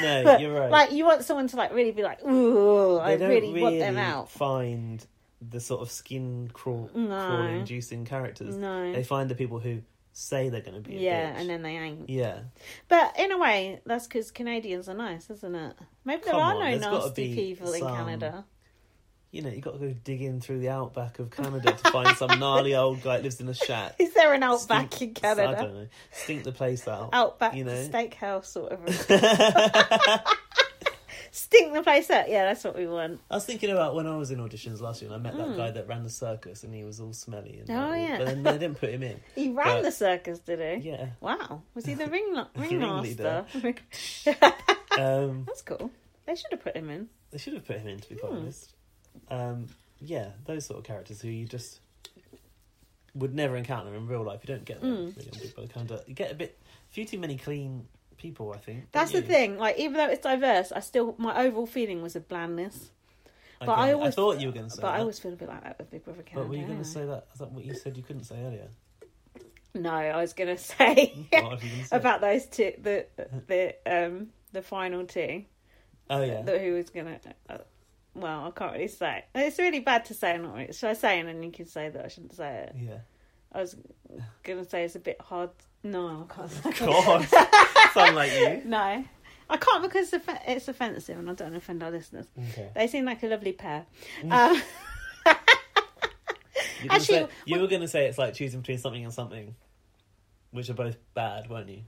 B: No, you're right.
A: Like you want someone to like really be like ooh,
B: They
A: I
B: don't
A: really, want them out.
B: Find the sort of skin crawl,
A: No.
B: crawling, inducing characters.
A: No.
B: They find the people who say they're going to be. a
A: Yeah,
B: bitch.
A: and then they ain't.
B: Yeah,
A: But in a way, that's because Canadians are nice, isn't it? Maybe there
B: Come
A: are
B: on,
A: no
B: there's gotta
A: nasty
B: be
A: people in
B: some-
A: Canada.
B: you know, you got to go digging through the outback of Canada to find some gnarly old guy that lives in a shack.
A: Is there an outback in Canada?
B: I don't know. Stink the place out.
A: Outback
B: You know.
A: steakhouse sort of. Stink the place up. Yeah, that's what we want.
B: I was thinking about when I was in auditions last year and I met that
A: Mm.
B: guy that ran the circus and he was all smelly. And
A: Oh,
B: like, all-
A: yeah.
B: But then they didn't put him in.
A: He ran
B: But-
A: the circus, did he?
B: Yeah.
A: Wow. Was he the ring ringmaster?
B: Ringleader. Um,
A: that's cool. They should have put him in.
B: they should have put him in, to be quite
A: Hmm.
B: honest. Um, yeah, those sort of characters who you just would never encounter in real life. You don't get them
A: Mm.
B: really on Big Brother Canada. You get a bit, few too many clean people, I think.
A: That's
B: don't
A: the
B: you?
A: thing. Like, even though it's diverse, I still my overall feeling was of blandness. But
B: Okay,
A: I always
B: thought you were going to
A: But
B: say
A: I
B: that.
A: always feel a bit like that with Big Brother Canada.
B: but were you going
A: anyway.
B: to say that? Is that what you said you couldn't say earlier?
A: No, I was going to say
B: What were you gonna say?
A: about those two. The the um the final two.
B: Oh, yeah.
A: That who was gonna? Uh, well, I can't really say. It's really bad to say. Not really. Should I say it and then you can say that I shouldn't say it?
B: Yeah.
A: I was gonna say it's a bit hard. No, I can't. Say
B: God. Sound like you.
A: No, I can't because it's off- it's offensive and I don't offend our listeners.
B: Okay.
A: They seem like a lovely pair.
B: Mm.
A: Um,
B: You're gonna
A: Actually,
B: say- you were going to say it's like choosing between something and something, which are both bad, weren't you?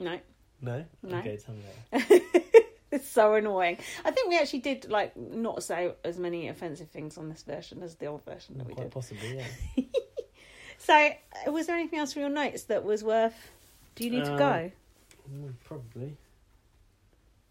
A: no.
B: No.
A: No.
B: Okay, tell me that.
A: It's so annoying. I think we actually did like not say as many offensive things on this version as the old version that we
B: Quite
A: did.
B: possibly, yeah.
A: So, uh, was there anything else from your notes that was worth? Do you need to
B: Uh,
A: go?
B: Mm, Probably.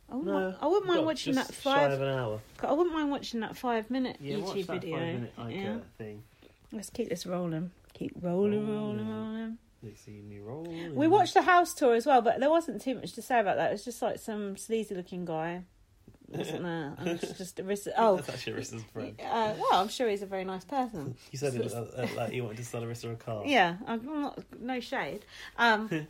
A: I wouldn't, mi- I wouldn't
B: we've
A: mind
B: got
A: watching
B: just
A: that
B: Shy of
A: five.
B: an hour.
A: I wouldn't mind watching that five minute
B: Yeah,
A: YouTube
B: watch that
A: video.
B: five minute Ica
A: yeah.
B: thing.
A: Let's keep this rolling. Keep rolling, rolling,
B: Rolling.
A: rolling.
B: Let's see me rolling.
A: We watched the house tour as well, but there wasn't too much to say about that. It was just like some sleazy looking guy, wasn't there? And it's just Arissa. Oh,
B: That's actually Arissa's friend.
A: uh, well, I'm sure he's a very nice person.
B: You said it, uh, uh, like you wanted to sell Arissa a car.
A: Yeah, I'm not, no shade. Um,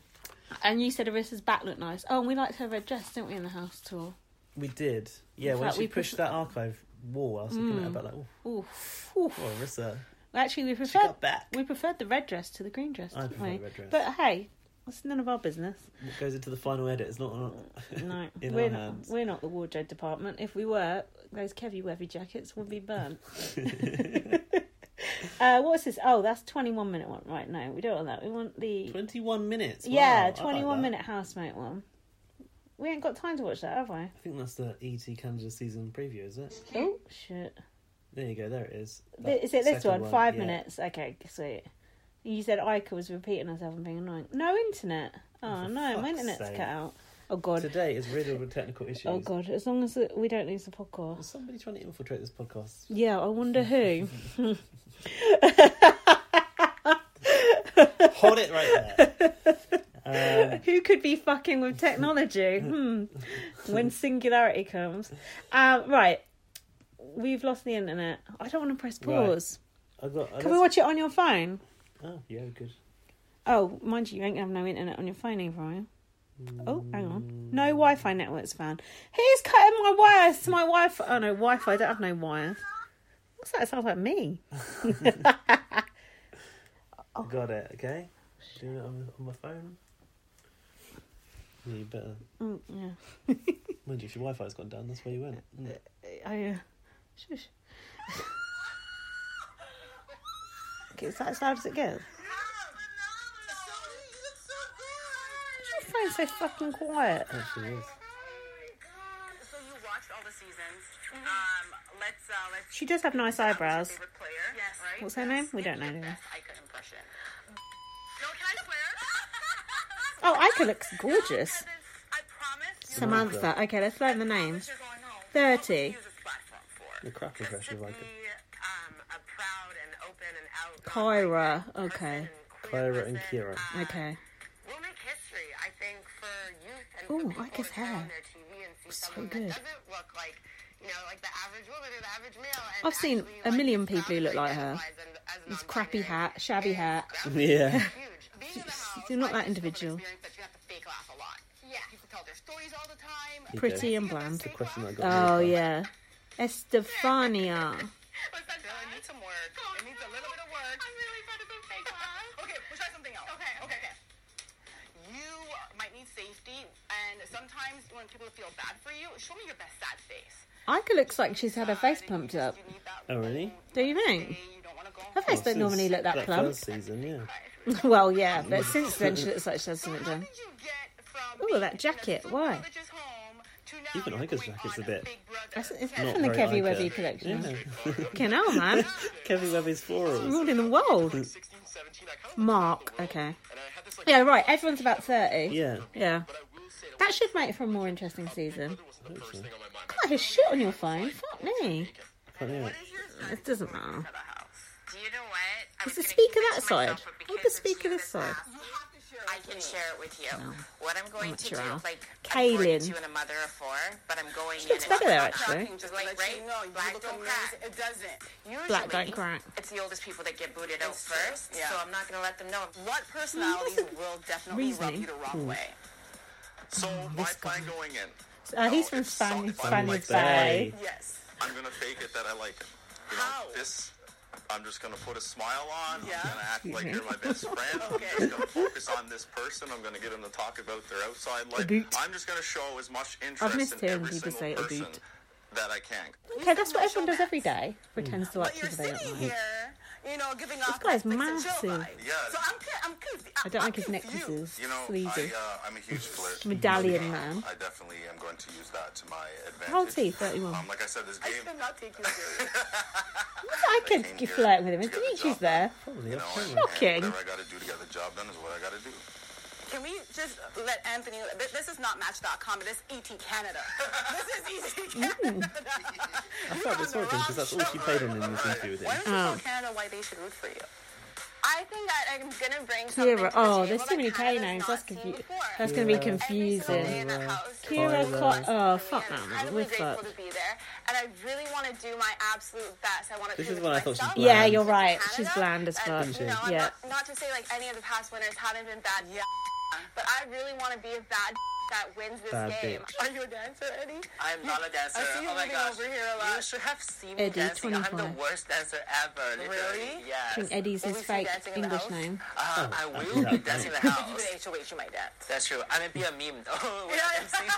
A: and you said Arissa's back looked nice. Oh, and we liked her red dress, didn't we, in the house tour?
B: We did. Yeah,
A: In
B: when
A: fact,
B: she
A: we
B: pushed
A: pushed-
B: that archive wall, I was looking at
A: Mm.
B: her about like, oh,
A: Oof. Oof.
B: oh, Arissa.
A: Actually, we preferred we preferred the red dress to the green dress,
B: I
A: didn't
B: prefer
A: we?
B: the red dress.
A: But hey, It's none of our business.
B: What goes into the final edit is not on
A: No,
B: in
A: we're
B: our
A: not.
B: hands.
A: We're not the wardrobe department. If we were, those Kevy Wevy jackets would be burnt. uh, what's this? Oh, that's twenty-one minute one. Right? No, we don't want that. We want the
B: twenty-one minutes. Wow, I
A: yeah,
B: like
A: twenty-one
B: that.
A: minute housemate one. We ain't got time to watch that, have we?
B: I think that's the ET Canada season preview, is it?
A: Oh shit!
B: There you go. There it is.
A: Th-
B: That
A: Is it this
B: second
A: one? Five
B: yeah.
A: minutes. Okay, sweet. You said Ica was repeating herself and being annoying. No internet. Oh no,
B: For
A: my
B: fuck's
A: internet's
B: sake.
A: cut out. Oh god.
B: Today is riddled with technical issues.
A: Oh god. As long as we don't lose the podcast.
B: Somebody trying to infiltrate this podcast.
A: Yeah, I wonder who.
B: Hold it right there. Um,
A: who could be fucking with technology? hmm. When singularity comes. Um, right. We've lost the internet. I don't want to press
B: Right. Oh,
A: pause.
B: I got.
A: Can we watch it on your phone?
B: Oh yeah, good.
A: Oh, mind you, you ain't gonna have no internet on your phone either, are you? Oh, hang on. No Wi Fi networks found. Who's cutting my wires to my Wi Fi? Oh, no, Wi Fi. I don't have no wires. What's that? It sounds like me. Oh.
B: Got it. Okay. Doing it on, on my phone. Yeah, you better.
A: Mm, yeah.
B: Mind you, if your Wi-Fi's gone down, that's where you went. isn't it?
A: I uh, shush. okay, is that as loud as it goes? Your phone's so fucking quiet.
B: Actually, it is.
M: So you watched all the seasons. Um, let's uh, let's.
A: She does have nice eyebrows.
M: Favorite player, yes. right?
A: What's her name? We don't know. do we?
M: Ica impression. No, can I swear?
A: Oh, Ica looks gorgeous. Samantha. Okay, let's learn the names. Thirty.
B: The crap impression of like
A: Kyra. Okay.
B: Clara and Kira.
A: Okay. Ooh, Ica's hair. So good. I've seen a million people who look like her. This crappy hat, shabby hat.
B: Yeah.
A: They're not that individual.
B: He
A: Pretty
B: did.
A: and bland.
B: It's a question that I got
A: Oh
B: really bad.
A: yeah, Estefania.
M: Oh, Okay, we'll try something else. Okay, okay, okay. You might need safety, and sometimes when people feel bad for you, show me your best sad face.
A: Ica looks like she's had her face pumped up.
B: Oh really?
A: Do you think? Her face
B: Oh,
A: don't normally
B: since
A: look that plump.
B: first season, yeah.
A: well, yeah, but since then she looks like she has something done. Oh, that jacket. Why?
B: Even Ica's jacket's a bit.
A: That's, is that
B: Not
A: from the
B: very
A: Kevy
B: Ica.
A: Webby collection?
B: Yeah.
A: Fucking hell, man.
B: Kevin Webby's florals.
A: Ruling the world. Mark. Okay. Yeah, right. Everyone's about 30.
B: Yeah.
A: Yeah. That should make for a more interesting season. Got his shit on your phone. Fuck me. It doesn't matter. Is the speaker that side? What's the speaker this side?
M: I can share it with you. What I'm going
A: not
M: to
A: sure
M: do,
A: how.
M: like,
A: Kaylin.
M: I'm 42 and a mother of four, but I'm going
A: She looks
M: in and-
A: better there, actually.
M: Just like, right? Black don't crack. It doesn't. Usually,
A: Black don't crack.
M: It's the oldest people that get booted out first, so I'm not going to let them know. What personalities will definitely rub
A: reasoning.
M: you the wrong
A: Hmm.
M: way?
C: So my plan going in.
A: Uh, he's from Spanish, Spanish Bay.
C: Bay.
M: Yes.
C: I'm gonna fake it that I like it. You know, this I'm just gonna put a smile on. I'm gonna act like you're my best friend. I'm just gonna focus on this person. I'm gonna get them to talk about their outside life.
A: boot.
C: I'm just gonna show as much
A: I've
C: interest
A: missed
C: in
A: hearing
C: every
A: people
C: single
A: say a
C: person
A: boot.
C: that I can.
A: Okay, that's what everyone does every day. Pretends to like
M: But you're
A: people they don't
M: sitting
A: like.
M: here, you know, giving
A: This
M: off
A: guy's
M: Netflix and chill
A: massive.
M: vibes. So I'm, co- I'm confused.
A: I don't like his necklaces.
C: You know,
A: Sleazy.
C: I, uh, I'm a huge flirt.
A: Medallion man.
C: I definitely am going to use that to my advantage.
A: How old's he? 31.
C: Um, like I said, this game.
M: I'm not taking you
A: I could be
C: uh,
A: flirting with him. Didn't she's there?
B: Probably.
A: Shocking.
C: Whatever I got to do to get the job done is what I got to do.
M: Can we just let Anthony? th- This is not Match.com, but this is ET Canada. This is ET Canada.
B: I felt this for him because that's all she played on in this interview with him.
M: Why don't you
A: Oh.
M: tell Canada why they should root for you? I think that I'm gonna bring
A: Kira. Oh, there's too many K names. That's confu- That's going to be
M: Kira,
A: confusing. Kira.
M: Kyra.
A: Co- oh, fuck that man. We're
M: incredibly grateful
A: fucked.
M: to be there, and I really want to do my absolute best. I want to.
B: This is when I thought she was
A: Yeah,
B: bland.
A: you're right. She's bland as fuck.
B: Isn't she?
M: No, I'm
A: Yeah.
M: not, not to say like any of the past winners haven't been bad, yeah, but I really want to be a bad
G: that wins this
B: Bad
G: game.
B: bitch.
G: Are you a dancer, Eddie?
D: I am not a dancer.
G: I see you
D: oh my
G: moving
D: gosh.
G: over here a lot.
D: You should have seen me
A: Eddie,
D: dancing. I'm
A: 25.
D: the worst dancer ever. Literally?
G: Really?
A: I
D: Yes.
A: think Eddie's his fake English name.
D: Uh, I will be dancing in the
G: If you
D: house.
G: do the HOH, you might dance.
D: That's true. I'm gonna be a meme though. when I'm dancing.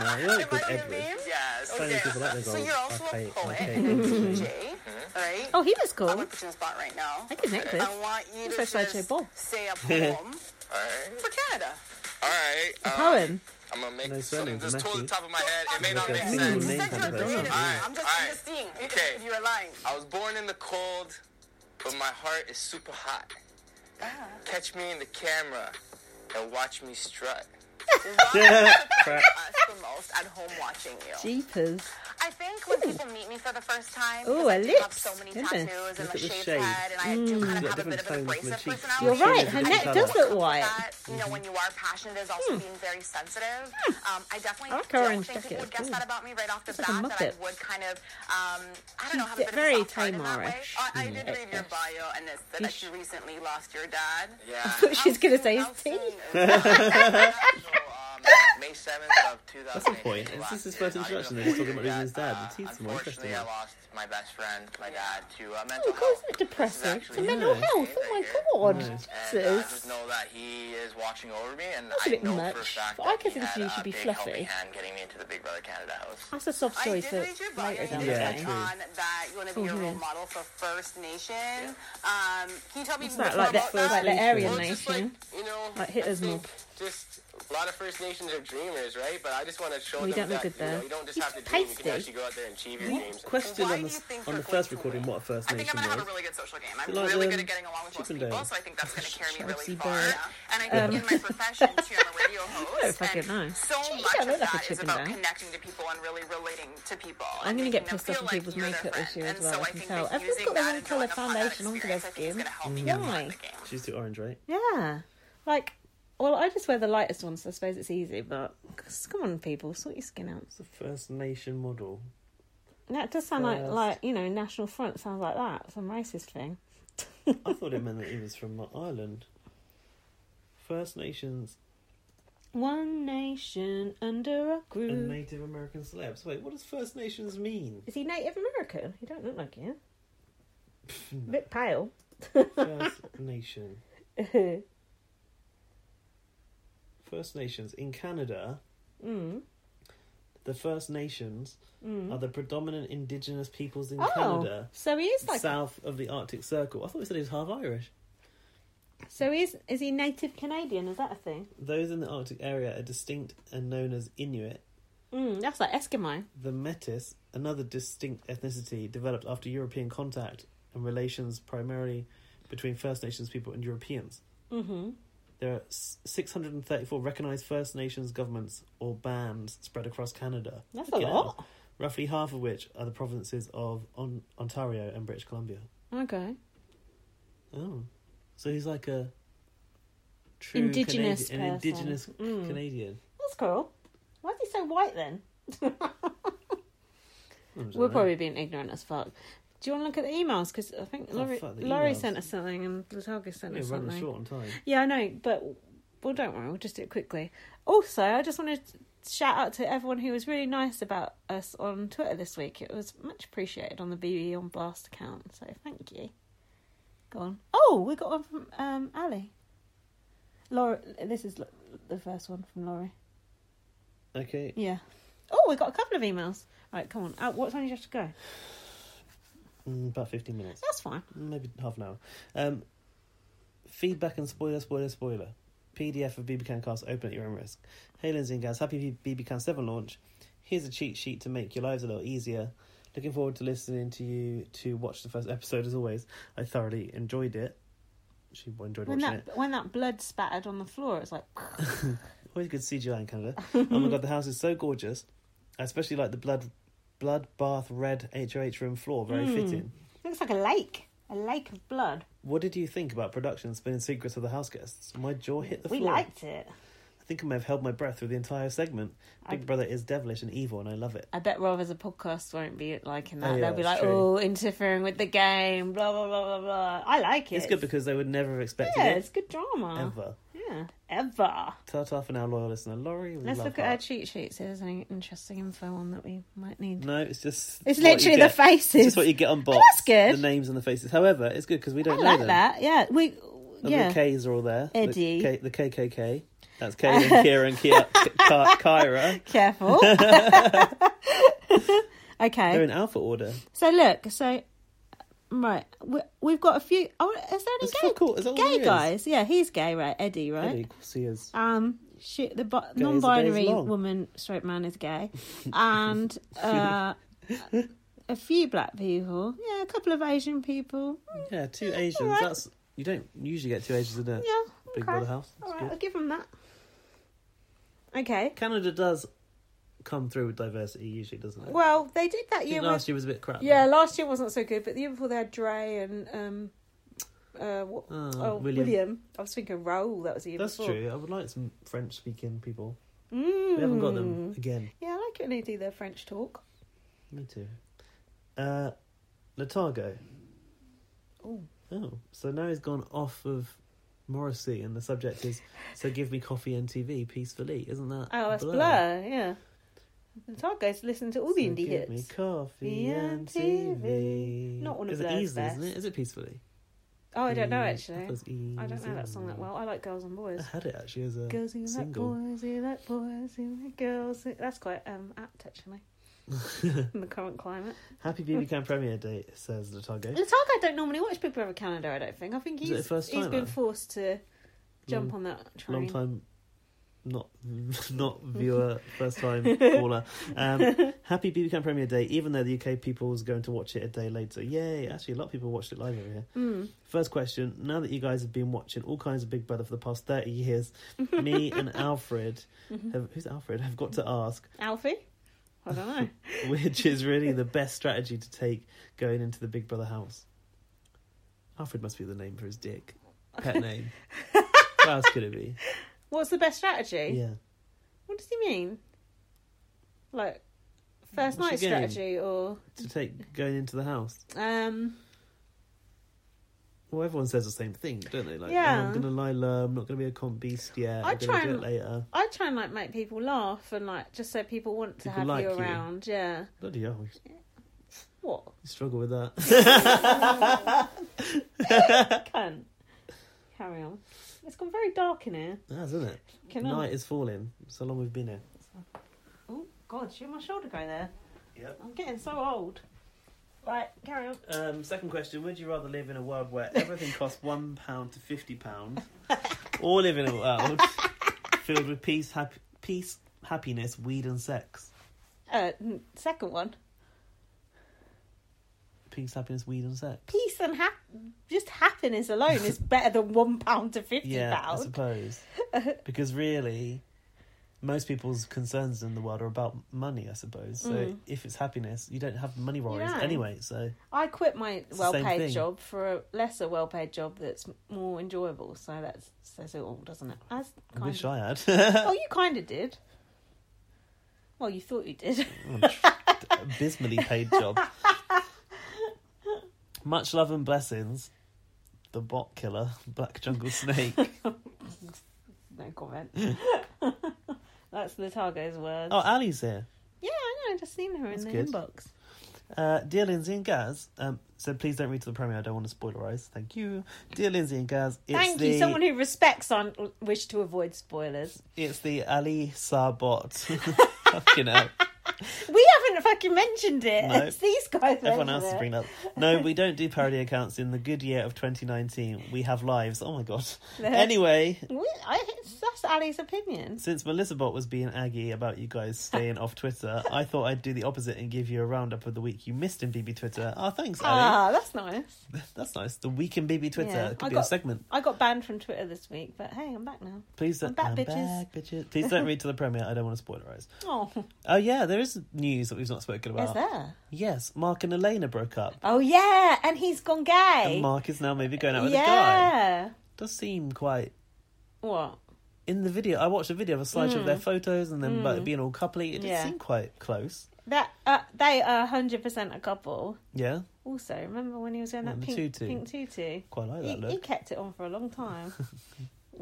B: No, you're like good
G: Am I a
B: Edward.
G: meme?
D: Yes.
B: So many
G: Okay.
B: people like this
G: So
B: old
G: you're also a
B: archaic-
G: poet
B: archaic
G: and a
B: English
G: DJ,
B: name.
G: all right?
A: Oh, he was cool.
G: I'm gonna put you on the spot right now.
A: I could make this.
G: I want you
A: That's
G: to
A: my slideshow
G: just
A: bowl.
G: say a poem
D: Alright.
G: for Canada.
D: Alright.
G: uh,
A: A poem.
D: I'm gonna make
B: No
D: something
B: surname,
D: just
B: Matthew.
D: totally top of my head. It may not
B: Like
D: make
B: a
D: sense.
B: name
G: Said
B: kind
G: you're
B: of person.
G: creative.
D: Alright,
G: I'm just, I'm
D: alright.
G: just seeing if-
D: Okay.
G: if you're lying.
D: I was born in the cold, but my heart is super hot. Catch me in the camera and watch me strut.
B: Crap.
G: Us the most at home watching you.
A: Jeepers.
G: I think when people meet me for the first time,
A: Ooh,
G: because I
A: a
G: do have
A: lips.
G: so many
A: Goodness. Mm.
G: tattoos and
B: Look
G: the
B: at the
G: shaved
B: shade.
G: head, and I do
B: She's
G: kind of
B: got
G: have a bit
B: different
G: of an
B: tones from the
G: abrasive
B: cheeks.
G: personality.
A: You're
B: Shade
A: right.
B: is
A: Her
B: a
G: I
A: neck
G: think
B: different
A: does
G: what
B: colour.
A: look
G: comes with
A: white.
G: That, you
A: mm-hmm.
G: know, when you are passionate, is
A: Hmm.
G: also being very sensitive. Um, I definitely
A: I like her
G: don't
A: orange
G: think people
A: jacket.
G: would guess
A: Ooh.
G: that about me right off the
A: Looks Hmm. like
G: bat.
A: a
G: That I
A: Muppet.
G: would kind of, um, I don't know, have a
A: She's
G: bit
A: very
G: of a soft heart in that way.
A: Tamarish.
G: I, I
A: Mm.
G: did read your bio, and it said that you recently lost your dad.
A: I
D: Yeah.
A: thought she was going to say his teeth.
D: May 7th of 2000.
B: That's the point. Is this his first introduction? They're just talking about losing his dad. The teeth's more interesting.
D: Unfortunately, I lost my best friend, my dad, to uh, mental
A: Oh, God,
D: health.
A: it's not depressing. It's
D: actually
A: a mental
B: Yeah.
A: health. Oh, my God.
D: And uh, I just
A: Jesus.
D: know that he is watching over me, and
A: That's a
D: I
A: bit
D: know for a
A: much,
D: fact
A: but
D: that
A: I could
D: he
A: think
D: had
A: you
D: a
A: should be
D: big
A: fluffy.
D: helping hand getting me into the Big Brother Canada house.
A: That's a soft
G: I
A: story
G: did
A: for
G: read your bio.
A: later
G: You
A: down the
G: did
B: Yeah,
G: touch
A: line.
B: true.
G: on that you want to be
A: Oh,
G: a role
A: yeah.
G: model for First Nation. Um, can you tell me
A: What's
G: more
A: that, like
G: about
A: that
G: that?
A: like the Aryan
D: Well, it's just like,
A: nation?
D: you know,
A: Like Hitler's
D: I think
A: mob.
D: Just a lot of First Nations are dreamers, right? But I just want to show
A: We don't
D: them
A: look
D: that
A: good
D: you know
A: there.
D: you don't just
A: He's
D: have to dream; you
A: tasty.
D: can actually go out there and achieve your dreams.
B: Question
G: Why
B: on
G: do
B: the,
G: you think
B: on
G: you're
B: the first
G: going to
B: recording, what a First
G: I think I'm
B: Nation
G: gonna
B: was.
G: have a really good social game. I'm
B: Bit like,
G: really
B: um,
G: good at getting along with most
B: Chippendale.
G: people, so I think that's gonna carry me really
A: Chelsea
G: far.
A: Burt.
G: And I think
A: Um,
G: in my profession too, I'm a radio host.
A: don't fucking
G: and
A: know.
G: So
A: Gee, you
G: much
A: don't
G: of
A: look like a
G: that is about
A: Chippendale.
G: connecting to people and really relating to people.
A: I'm
G: and
A: gonna get
G: making them
A: pissed off at
G: feel
A: people's
G: you're their
A: makeup this
G: friend.
A: year as
G: And
A: well, I
G: So I
A: can
G: think
A: tell.
G: that
A: Everyone's
G: using
A: got their own
G: that and
A: colour
G: drawing upon that
A: foundation onto their
G: experience, I think
A: skin. Mm.
G: it's gonna help me get along
A: Why?
G: in the game.
B: She's too orange, right?
A: Yeah. Like, well, I just wear the lightest one, so I suppose it's easy, but come on, people, sort your skin out.
B: It's a First Nation model.
A: That does sound like,
B: Yes.
A: like, you know, National Front sounds like that, some racist thing.
B: I thought it meant that he was from Ireland. First Nations
A: One nation under a
B: and
A: groove.
B: Native American celebs. Wait, what does First Nations mean?
A: Is he Native American? He don't look like you. A bit pale.
B: First Nation. First Nations. In Canada,
A: Mm.
B: the First Nations
A: Mm.
B: are the predominant indigenous peoples in
A: Oh,
B: Canada,
A: so he is like.
B: south of the Arctic Circle. I thought we said he was half Irish.
A: So he is is he Native Canadian? Is that a thing?
B: Those in the Arctic area are distinct and known as Inuit.
A: Mm, that's like Eskimo.
B: The Metis, another distinct ethnicity developed after European contact and relations primarily between First Nations people and Europeans.
A: Mm-hmm.
B: There are s- 634 recognised First Nations governments or bands spread across Canada.
A: That's
B: Fucking
A: a lot.
B: hell. Roughly half of which are the provinces of on- Ontario and British Columbia.
A: Okay.
B: Oh, so he's like a true
A: Indigenous
B: Canadian, an
A: person.
B: indigenous
A: Mm.
B: Canadian.
A: That's cool. Why is he so white then?
B: Hmm, I don't
A: We're
B: know.
A: probably being ignorant as fuck. Do you want to look at the emails? Because I think
B: Oh,
A: Laurie,
B: fuck the
A: Laurie
B: emails.
A: sent us something and Latarga sent
B: We're
A: us
B: running
A: something.
B: short on time.
A: Yeah, I know, but well, don't worry, we'll just do it quickly. Also, I just want to shout out to everyone who was really nice about us on Twitter this week. It was much appreciated on the BB on Blast account, so thank you. Go on. Oh, we got one from um, Ali. Laura, this is l- the first one from Laurie.
B: Okay,
A: Yeah. Oh, we got a couple of emails. All right, come on. Uh, what time do you have to go?
B: mm, about 15 minutes.
A: That's fine.
B: maybe half an hour. Um, feedback and spoiler, spoiler, spoiler. PDF of BBCan cast open at your own risk. Hey Lindsay and guys, happy BBCan 7 launch. Here's a cheat sheet to make your lives a little easier. Looking forward to listening to you to watch the first episode as always. I thoroughly enjoyed it. She enjoyed
A: When
B: watching
A: that
B: it.
A: when that blood spattered on the floor, it's like
B: Always good CGI in Canada. oh my god, the house is so gorgeous. I especially like the blood blood bath red HOH room floor, very
A: Mm.
B: fitting.
A: looks like a lake, a lake of blood.
B: What did you think about production spinning secrets of the house guests? My jaw hit the
A: we
B: floor.
A: liked it.
B: I think I may have held my breath through the entire segment. Big Brother is devilish and evil, and I love it.
A: I bet Rovers a podcast won't be liking that.
B: Oh, yeah,
A: They'll be
B: that's
A: like,
B: true.
A: oh, interfering with the game, blah blah blah blah blah. I like it.
B: It's good because they would never have expected
A: yeah,
B: it
A: it's good drama.
B: ever.
A: Yeah, ever.
B: Ta-ta for now, loyal listener. Laurie,
A: Let's look at our cheat sheets. If there's any interesting info on that we might need.
B: No, it's just.
A: It's
B: what you
A: literally
B: get.
A: the faces. Oh,
B: It's just what you get on box.
A: that's good.
B: The names and the faces. However, it's good because we
A: I
B: don't know
A: like
B: them.
A: that. Yeah, we.
B: And
A: yeah.
B: The K's are all there.
A: Eddie.
B: The, K, the KKK. That's Kaylin, Kira, and Kia, Ka, Kyra.
A: Careful.
B: They're
A: okay.
B: in alpha order.
A: So look, so right, we, we've got a few. Oh, is there any gay,
B: all there
A: gay
B: is?
A: guys? Yeah, he's gay, right? Eddie, right?
B: Eddie, of course he is.
A: Um, she, the bo-
B: is
A: non-binary
B: days long.
A: woman, straight man is gay, and uh, a few black people. Yeah, a couple of Asian people.
B: Yeah, two Asians.
A: alright.
B: That's you don't usually get two Asians in a
A: Yeah,
B: Big
A: okay.
B: Brother house. It's
A: All right,
B: good.
A: I'll give them that. Okay.
B: Canada does come through with diversity usually, doesn't it?
A: Well, they did that
B: I
A: year.
B: think
A: with-
B: last year was a bit crap.
A: Yeah, last year wasn't so good, but the year before they had Dre and um, uh, what,
B: Oh,
A: oh,
B: William.
A: William. I was thinking Raoul. That was the year
B: That's
A: before.
B: true. I would like some French speaking people.
A: Mm.
B: We haven't got them again.
A: Yeah, I like it when they do their French talk.
B: Me too. Uh Letargo.
A: Oh,
B: Oh. So now he's gone off of Morrissey and the subject is So Give Me Coffee and TV peacefully, isn't that?
A: oh, that's Blur. Yeah, it's hard guys to listen to all the
B: So
A: indie
B: give
A: hits.
B: me coffee
A: The
B: and
A: MTV.
B: TV.
A: Not one of
B: Is it
A: Blur's
B: easily,
A: best.
B: isn't it? Is it peacefully?
A: Oh, I don't know
B: Yeah,
A: actually.
B: that was
A: I don't know that song that
B: easy.
A: well. I like Girls and Boys.
B: I had it actually as a
A: Girls who like
B: Uh, single.
A: boys, who like boys, who like girls. who- That's quite um, apt actually in the current climate.
B: Happy BB Can premiere date, says Letargo.
A: It's hard. I don't normally watch Big Brother Canada. I don't think. I think
B: Is it
A: he's
B: the first
A: he's
B: time,
A: been
B: though?
A: forced to jump on
B: Long-
A: that train.
B: Long time, not not viewer, first time caller. Um, happy BB Can premiere day, even though the UK people was going to watch it a day later. Yay! Actually, a lot of people watched it live over here.
A: Mm.
B: First question: Now that you guys have been watching all kinds of Big Brother for the past thirty years, me and Alfred, have, who's Alfred, have got to ask,
A: Alfie, I don't know.
B: which is really the best strategy to take going into the Big Brother house. Alfred must be the name for his dick, pet name. what else could it be?
A: What's the best strategy?
B: Yeah.
A: What does he mean? Like first night
B: What's your game?
A: strategy or
B: to take going into the house.
A: um?
B: Well, everyone says the same thing, don't they? Like,
A: Yeah.
B: oh, I'm gonna lie low. I'm not gonna be a con beast yet.
A: I
B: I'm gonna
A: try
B: do
A: and-
B: it later.
A: I try and like make people laugh and like just so people want to
B: People
A: have
B: like
A: you
B: you.
A: around. Yeah.
B: Bloody hell, we
A: What?
B: struggle with that.
A: Cunt. Carry on. It's gone very dark in here.
B: That's isn't it.
A: Fucking hell.
B: Night is falling. So long we've been here.
A: Oh God, should my shoulder go there?
B: Yep.
A: I'm getting so old. Right, carry on.
B: Um, second question: Would you rather live in a world where everything costs one pound to fifty pound, or live in a world filled with peace, happy, peace, happiness, weed, and sex?
A: Uh, n- second one.
B: Peace, happiness, weed, and sex.
A: Peace and hap- just happiness alone is better than one pound to fifty
B: Yeah, I
A: pound.
B: suppose. because really, most people's concerns in the world are about money, I suppose. So
A: Mm.
B: if it's happiness, you don't have money worries
A: don't.
B: anyway. So
A: I quit my
B: the same
A: well-paid
B: thing.
A: job for a lesser well-paid job that's m- more enjoyable. So that says it all, doesn't it? As
B: I
A: kind
B: wish
A: of...
B: I had.
A: Oh, you kind of did. Well, you thought you did.
B: Abysmally paid job. Much love and blessings. The bot killer, Black Jungle Snake.
A: no comment. That's Letargo's words.
B: Oh, Ali's here.
A: Yeah, I know. I just seen her
B: That's
A: in the
B: good.
A: inbox.
B: Uh, dear Lindsay and Gaz, um, so please don't read to the premiere. I don't want to spoilerize. Thank you. Dear Lindsay and Gaz, it's
A: Thank
B: the
A: you. Someone who respects our wish to avoid spoilers.
B: It's the Ali Sarbot. Fucking hell.
A: We haven't fucking mentioned it.
B: No.
A: It's these guys.
B: Everyone
A: mentioned
B: else is
A: it.
B: bringing it up. No, we don't do parody accounts in the good year of 2019. We have lives. Oh my god.
A: No.
B: Anyway,
A: We, I, it's- that's Ali's opinion.
B: since Melissa Bot was being aggy about you guys staying off Twitter, I thought I'd do the opposite and give you a roundup of the week you missed in BB Twitter. Oh, thanks, Ali.
A: Ah, that's nice.
B: That's nice. The week in BB Twitter.
A: Yeah.
B: It could
A: I
B: be a
A: got-
B: segment.
A: I got banned from Twitter this week, but hey, I'm back now.
B: Please don't.
A: I'm back, bitches.
B: back, bitches. Please don't read to the premiere. I don't want to spoilerize.
A: Oh,
B: Oh yeah, there is news that we've not spoken about.
A: is there?
B: Yes, Mark and Elena broke up.
A: Oh yeah, and he's gone gay.
B: And Mark is now maybe going out with a guy.
A: yeah.
B: Does seem quite
A: What?
B: in the video. I watched a video of a slideshow of
A: Mm.
B: their photos and them
A: Mm.
B: like, being all coupley. It did
A: Yeah.
B: seem quite close.
A: That uh, they are hundred percent a couple.
B: Yeah,
A: Also, remember when he was wearing
B: What,
A: that
B: the
A: pink
B: tutu?
A: pink tutu?
B: quite like
A: He,
B: that
A: he
B: look.
A: kept it on for a long time.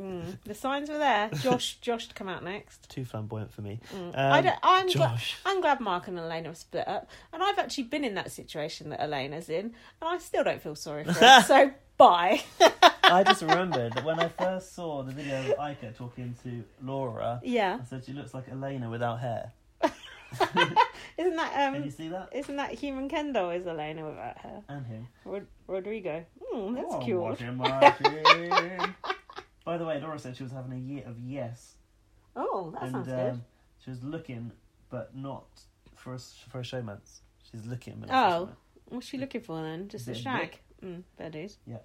A: Mm. The signs were there. Josh, Josh to come out next.
B: Too flamboyant for me.
A: Mm.
B: Um,
A: I don't, I'm, gla-
B: Josh.
A: I'm glad Mark and Elena have split up, and I've actually been in that situation that Elena's in, and I still don't feel sorry for her. so bye.
B: I just remembered that when I first saw the video of Ica talking to Laura,
A: Yeah.
B: I said she looks like Elena without hair.
A: Isn't that um?
B: Can you see that?
A: Isn't that human Kendall? Is Elena without her?
B: And him.
A: Rod- Rodrigo. Mm, that's
B: Oh,
A: cute.
B: watching, watching. By the way, Laura said she was having a year of yes,
A: oh, that sounds good.
B: um, she was looking, but not for a s for a showman's. She's looking, but not for a
A: Oh,
B: showman.
A: what's she looking for then? Just a
B: Bit of
A: shag. Mm, fair dues.
B: yeah.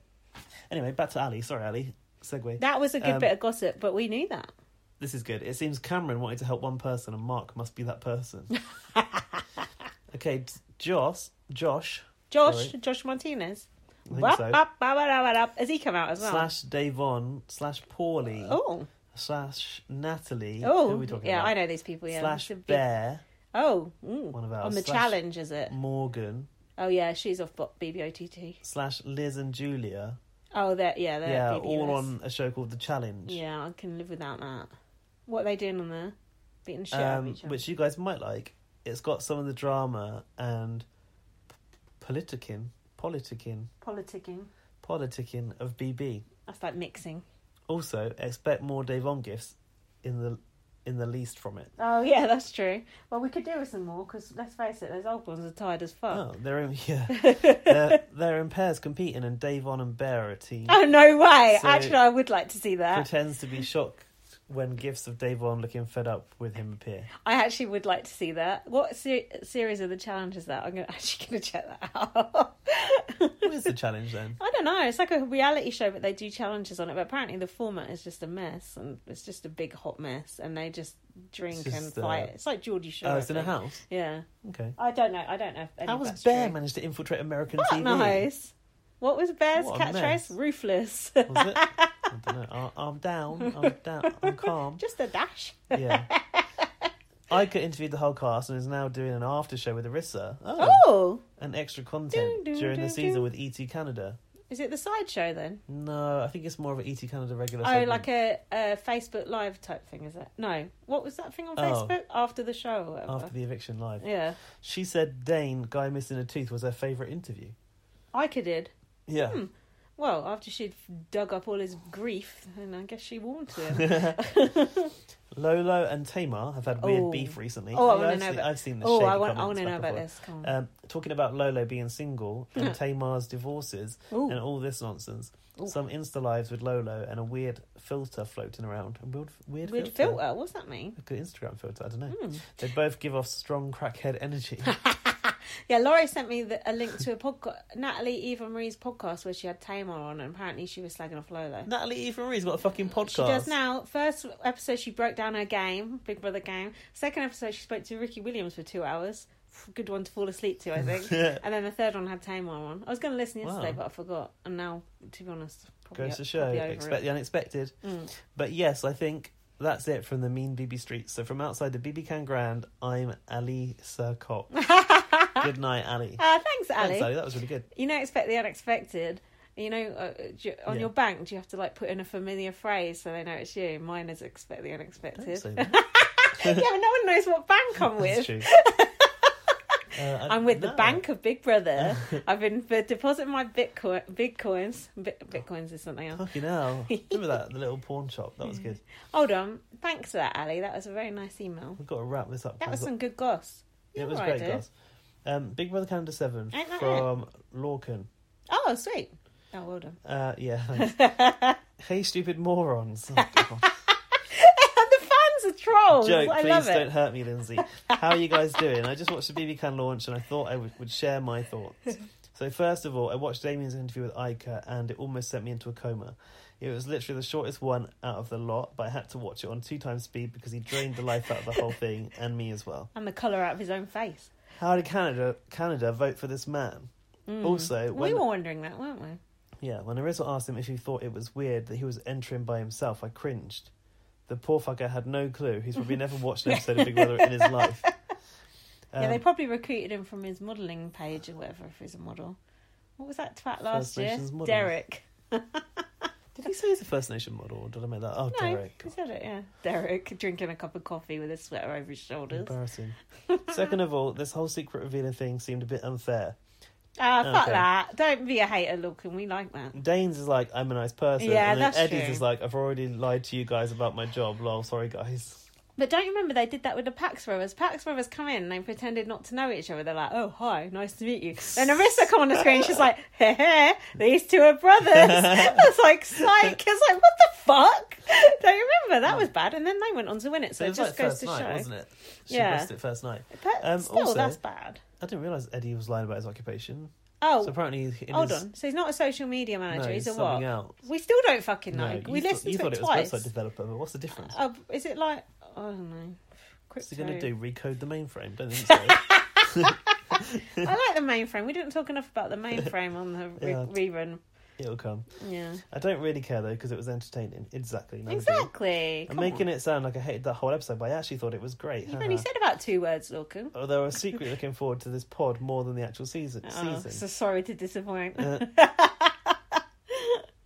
B: Anyway, back to Ali. Sorry, Ali. Segue.
A: That was a good
B: Um,
A: bit of gossip, but we knew that.
B: This is good. It seems Cameron wanted to help one person, and Mark must be that person. okay, t- Josh. Josh.
A: Josh,
B: sorry,
A: Josh Martinez.
B: I think
A: Wap,
B: so.
A: wap, ba, ba, da, ba, da. Has he come out as well?
B: Slash Davon. Slash Paulie.
A: Oh.
B: Slash Natalie.
A: oh,
B: Who are we talking
A: yeah,
B: about?
A: I know these people. Yeah, It's
B: Slash
A: a big-
B: Bear.
A: Oh, ooh.
B: One of ours.
A: on the
B: Slash Mm.
A: challenge is it?
B: Morgan.
A: Oh yeah, she's off bo- BBOTT.
B: Slash Liz and Julia.
A: Oh, they're yeah, they're
B: yeah,
A: BBOS.
B: all on a show called The Challenge.
A: Yeah, I can live without that. What are they doing on there? Beating the shit out of
B: um,
A: each other.
B: which you guys might like. It's got some of the drama and p- politicking, politicking,
A: Politicking.
B: politicking of BB.
A: That's like mixing.
B: Also, expect more Davon gifts in the in the least from it.
A: Oh yeah, that's true. Well, we could do with some more because let's face it, those old ones are tired as fuck.
B: Oh, they're in yeah, they're, they're in pairs competing, and Davon and Bear are a team.
A: Oh no way!
B: So-
A: Actually, I would like to see that.
B: Pretends to be shocked when gifts of Davon looking fed up with him appear.
A: I actually would like to see that. What se- series of the challenge is that? I'm gonna, actually going to check that out.
B: What is the challenge then?
A: I don't know. It's like a reality show, but they do challenges on it. But apparently, the format is just a mess, and it's just a big hot mess. And they just drink
B: It's
A: and
B: just, uh,
A: fight. It's like Geordie Shore.
B: oh,
A: I
B: it's in a
A: think.
B: house?
A: Yeah.
B: Okay.
A: I don't know. I don't know. If any
B: How
A: of
B: has
A: that's
B: Bear
A: true.
B: managed to infiltrate American
A: Not
B: TV?
A: nice. What was Bear's
B: What a mess.
A: catchphrase? Ruthless.
B: Was it? I don't know. I, I'm down. I'm down. I'm calm.
A: just a dash.
B: Yeah. Ica interviewed the whole cast and is now doing an after show with Arissa. Oh.
A: Oh,
B: And extra content
A: Doo, doo,
B: during the
A: doo,
B: season
A: doo.
B: with ET Canada.
A: is it the sideshow then?
B: No, I think it's more of an ET Canada regular.
A: Oh,
B: segment.
A: like a, a Facebook Live type thing, is it? No. What was that thing on
B: Oh.
A: Facebook? After the show or whatever.
B: after the eviction live.
A: Yeah.
B: She said Dane, guy missing a tooth, was her favourite interview.
A: Ica did.
B: Yeah.
A: Hmm. Well, after she'd dug up all his grief, and I guess she warned to him.
B: Lolo and Tamar have had weird
A: Oh.
B: beef recently.
A: Oh, I
B: Yeah,
A: wanna
B: I've
A: know
B: seen-
A: about-
B: I've seen this.
A: Oh, I
B: shady
A: want- I
B: comments
A: wanna
B: back
A: know
B: and
A: about
B: forth.
A: this. Come on.
B: Um, talking about Lolo being single and Tamar's divorces
A: Ooh.
B: and all this nonsense.
A: Ooh.
B: Some Insta lives with Lolo and a weird filter floating around. A weird, weird,
A: Weird
B: filter.
A: filter. uh, What's that mean?
B: Like an Instagram filter. I don't know.
A: Hmm.
B: They both give off strong crackhead energy.
A: Yeah, Laurie sent me the, a link to a podcast, Natalie Eva Marie's podcast, where she had Tamar on, and apparently she was slagging off Lolo.
B: Natalie Eva Marie's got a fucking podcast.
A: She does now. First episode, she broke down her game, Big Brother game. Second episode, she spoke to Ricky Williams for two hours. Good one to fall asleep to, I think. and then the third one had Tamar on. I was going to listen yesterday,
B: Wow.
A: but I forgot. And now, to be honest, probably
B: Goes to show.
A: probably over
B: Expect
A: it.
B: the unexpected.
A: Mm.
B: But yes, I think that's it from the mean BB Street. So from outside the BB Can Grand, I'm Ali Surcock. Good night, Ali.
A: Ah, thanks, Ali.
B: Thanks, Ali. That was really good.
A: You don't expect the unexpected. You know, uh, do you- on
B: Yeah.
A: your bank, do you have to like put in a familiar phrase so they know it's you? Mine is expect the unexpected.
B: say
A: yeah,
B: that.
A: but no one knows what bank I'm
B: That's
A: with.
B: true. Uh, I-
A: I'm with the
B: no.
A: bank of Big Brother. I've been for depositing my Bitcoin, Bitcoins. Bit, Bitcoins is something else.
B: Fucking hell. Remember that? The little pawn shop. That was
A: Hmm.
B: good.
A: Hold on. Thanks for that, Ali. That was a very nice email.
B: We've got to wrap this up.
A: That was
B: We've
A: some good goss.
B: got-
A: Yeah,
B: It was
A: alright,
B: great,
A: dude.
B: guys. Um, Big Brother Canada 7
A: Ain't that
B: from Lorcan.
A: Oh, sweet. Oh, well done.
B: Uh, yeah. thanks. hey, stupid morons. Oh, God.
A: the fans are trolls.
B: joke.
A: Oh, I
B: please
A: love it.
B: don't hurt me, Lindsay. How are you guys doing? I just watched the BB Can launch and I thought I would, would share my thoughts. So, first of all, I watched Damien's interview with Ica and it almost sent me into a coma. It was literally the shortest one out of the lot, but I had to watch it on two times speed because he drained the life out of the whole thing and me as well.
A: And the colour out of his own face.
B: How did Canada Canada vote for this man?
A: Mm.
B: Also,
A: we
B: when
A: were wondering that, weren't we?
B: yeah, when Arisa asked him if he thought it was weird that he was entering by himself, I cringed. The poor fucker had no clue. He's probably never watched an episode of Big Brother in his life.
A: yeah, they
B: Um,
A: probably recruited him from his modelling page or whatever if he's a model. What was that twat last year?
B: Nations models.
A: Derek.
B: Did he say he's a First Nation model, or did I make that? Oh,
A: no,
B: Derek.
A: he said it, yeah. Derek drinking a cup of coffee with a sweater over his shoulders.
B: Embarrassing. Second of all, this whole secret revealer thing seemed a bit unfair.
A: Ah, fuck
B: Okay.
A: that. Don't be a hater, look, and we like that.
B: Danes is like, I'm a nice person.
A: Yeah,
B: and then
A: that's
B: Eddie's
A: true.
B: is like, I've already lied to you guys about my job. Lol, sorry guys.
A: But don't you remember they did that with the Pax Brothers? Pax Brothers come in and they pretended not to know each other. They're like, oh, hi, nice to meet you. Then Arissa come on the screen, she's like, heh heh, these two are brothers. it's like, psych. It's like, what the fuck? Don't you remember? That was bad. And then they went on to win it. So
B: it
A: it,
B: was
A: just
B: like
A: goes
B: first
A: to
B: night,
A: show.
B: wasn't it? She
A: Yeah.
B: missed it first night.
A: But
B: Um,
A: still,
B: also-
A: that's bad.
B: I didn't realise Eddie was lying about his occupation.
A: Oh,
B: so apparently, he- in
A: Hold
B: his-
A: on. So he's not a social media manager.
B: No,
A: he's a
B: he's something
A: what?
B: else.
A: We still don't fucking know.
B: No,
A: we
B: you thought,
A: listened
B: you
A: to
B: thought
A: it
B: it was
A: twice.
B: website developer, but what's the difference?
A: Oh, is it like I don't know?
B: What's he going to
A: crypto?
B: do? Recode the mainframe? Don't think so.
A: I like the mainframe. We didn't talk enough about the mainframe on the re-
B: Yeah.
A: rerun.
B: It'll come.
A: Yeah.
B: I don't really care though because it was entertaining. Exactly. none of you.
A: Exactly.
B: I'm
A: Come
B: making
A: on.
B: it sound like I hated that whole episode, but I actually thought it was great.
A: You've only said about two words, Lorcan.
B: Although I was secretly looking forward to this pod more than the actual season.
A: Oh,
B: season.
A: so sorry to disappoint.
B: Uh,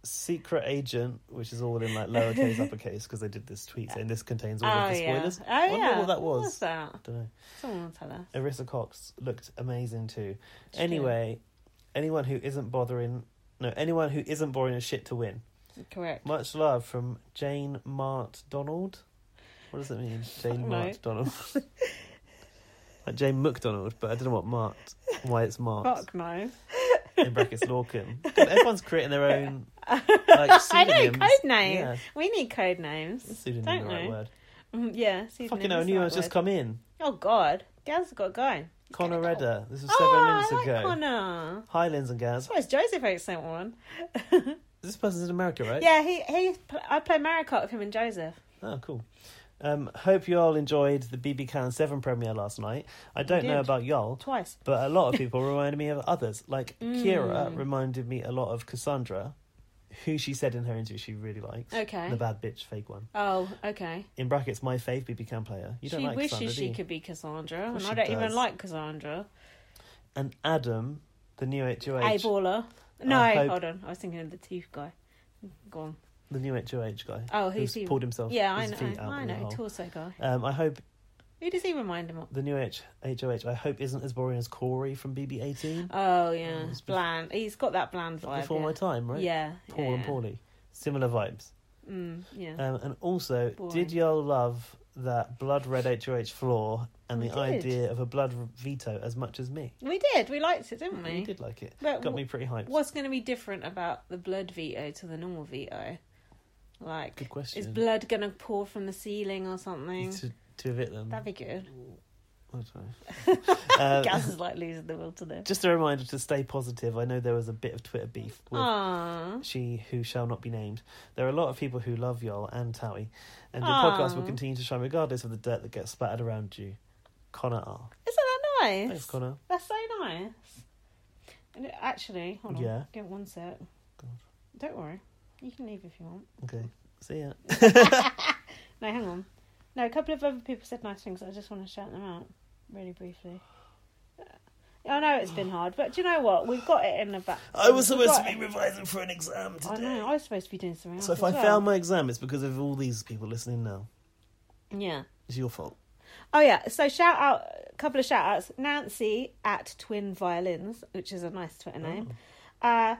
B: secret agent, which is all in like lowercase, uppercase, because they did this tweet saying this contains all
A: oh
B: of the
A: yeah.
B: spoilers.
A: Oh
B: wonder
A: yeah.
B: what that was.
A: What was that?
B: don't know.
A: Someone will tell us.
B: Arissa Cox looked amazing too.
A: She
B: anyway, anyone who isn't bothering, no, anyone who isn't boring is shit to win.
A: Correct.
B: Much love from Jane Mart Donald. What does it mean, Jane
A: Fuck
B: Mart
A: no.
B: Donald? like Jane McDonald, but I don't know what Mart, why it's Mart
A: Fuck no.
B: in brackets Lorcan. God, Everyone's creating their own like
A: I know
B: pseudonyms.
A: code names.
B: Yeah.
A: We need code names.
B: Pseudonym
A: Don't
B: the
A: know.
B: right word.
A: Mm, yeah.
B: Fucking
A: pseudonym
B: hell, I
A: is
B: knew
A: the
B: I
A: right
B: was just
A: word.
B: come in.
A: Oh God, Gaz got going.
B: Connor Redder. This was seven
A: oh,
B: minutes
A: I like
B: ago.
A: Connor.
B: Hi, Linz and Gaz.
A: Surprised Joseph ain't sent one.
B: This person's in America, right?
A: Yeah, he he. I play Mario Kart with him and Joseph.
B: Oh, cool. Um, hope you all enjoyed the BB Can 7 premiere last night. I don't know
A: did.
B: about y'all.
A: Twice.
B: But a lot of people reminded me of others. Like, Kira
A: Mm.
B: reminded me a lot of Cassandra, who she said in her interview she really likes.
A: Okay.
B: The bad bitch, fake one.
A: Oh, okay.
B: In brackets, my fave BB Can player. You don't
A: she
B: like
A: wishes
B: Cassandra, do
A: she
B: you?
A: could be Cassandra,
B: course
A: and
B: she
A: I don't
B: does.
A: even like Cassandra.
B: And Adam, the new HOH.
A: A baller. No,
B: I hope-
A: hold on. I was thinking of the teeth guy. Go on.
B: The new HOH guy.
A: Oh, who's
B: who's
A: he?
B: pulled himself.
A: Yeah, I
B: his
A: know.
B: Feet out
A: I
B: in the
A: know.
B: hole.
A: Torso guy.
B: Um, I hope
A: Who does he remind him of?
B: the new H- HOH. I hope isn't as boring as Corey from BB18.
A: Oh yeah, bland. He's got that bland vibe.
B: Before
A: yeah.
B: my time, right?
A: Oh, Yeah.
B: Paul
A: yeah.
B: and Paulie, similar vibes.
A: Mm, yeah.
B: Um, and also,
A: Boring.
B: did y'all love that blood red HOH floor and
A: We
B: the
A: did.
B: idea of a blood veto as much as me?
A: we did. We liked it, didn't we?
B: We did like it.
A: But
B: Got
A: wh-
B: me pretty hyped.
A: What's going to be different about the blood veto to the normal veto? Like,
B: Good
A: is
B: question.
A: blood going to pour from the ceiling or something?
B: to to evict them?
A: That'd be good.
B: I don't know. Um,
A: Gaz is like losing the will to live.
B: Just a reminder to stay positive. I know there was a bit of Twitter beef with
A: Aw.
B: she who shall not be named. There are a lot of people who love y'all and Towie, and your
A: Aw.
B: podcast will continue to shine regardless of the dirt that gets splattered around you. Connor R.
A: Isn't that nice?
B: Thanks, Connor.
A: That's so nice. And it- Actually, hold on.
B: Yeah.
A: Give it one sec. Don't worry. You can leave if you want.
B: Okay, see ya.
A: No, hang on. No, a couple of other people said nice things. I just want to shout them out really briefly. I know it's been hard, but do you know what? We've got it in the back.
B: I was
A: We've
B: supposed to
A: got
B: be
A: it.
B: revising for an exam
A: I
B: today.
A: know. I was supposed to be doing something else.
B: So if
A: as
B: I
A: well.
B: fail my exam, it's because of all these people listening now.
A: Yeah.
B: It's your fault.
A: Oh yeah. So shout out a couple of shout outs. Nancy at Twin Violins, which is a nice Twitter
B: Oh.
A: name. Uh,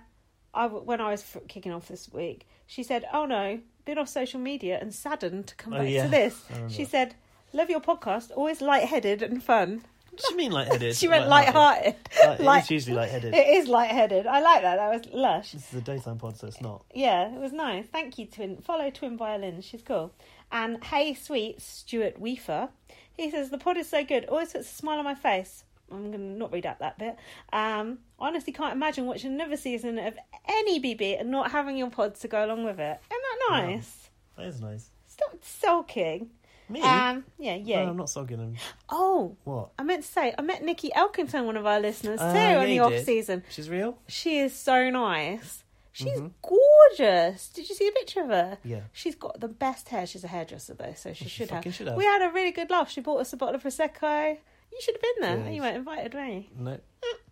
A: I w- when I was fr- kicking off this week, she said, "Oh no, been off social media and saddened to come
B: Oh,
A: back
B: yeah.
A: to this."
B: I remember
A: She
B: that.
A: said, "Love your podcast. Always light-headed and fun."
B: What do you mean lightheaded?
A: She went light-hearted.
B: it's usually lightheaded.
A: It is light-headed. I like that. That was lush.
B: This is a daytime pod, so it's not.
A: Yeah, it was nice. Thank you, Twin. Follow Twin Violins. She's cool. And hey, sweet Stuart Weefer. He says the pod is so good. Always puts a smile on my face. I'm gonna not read out that bit. Um, I honestly can't imagine watching another season of any BB and not having your pods to go along with it. Isn't that nice?
B: That is nice.
A: Stop sulking.
B: Me?
A: Um, yeah, yeah.
B: No, I'm not sogging them.
A: Oh,
B: What?
A: I meant to say I met Nikki Elkington, one of our listeners, too,
B: Uh, yeah,
A: on the
B: you
A: off
B: did.
A: season.
B: She's real?
A: She is so nice. She's
B: Mhm.
A: gorgeous. Did you see a picture of her?
B: Yeah.
A: She's got the best hair. She's a hairdresser though, so she, should,
B: fucking
A: have.
B: should have.
A: We had a really good laugh. She bought us a bottle of prosecco. You should have been there.
B: Yes.
A: You weren't invited, were you?
B: No.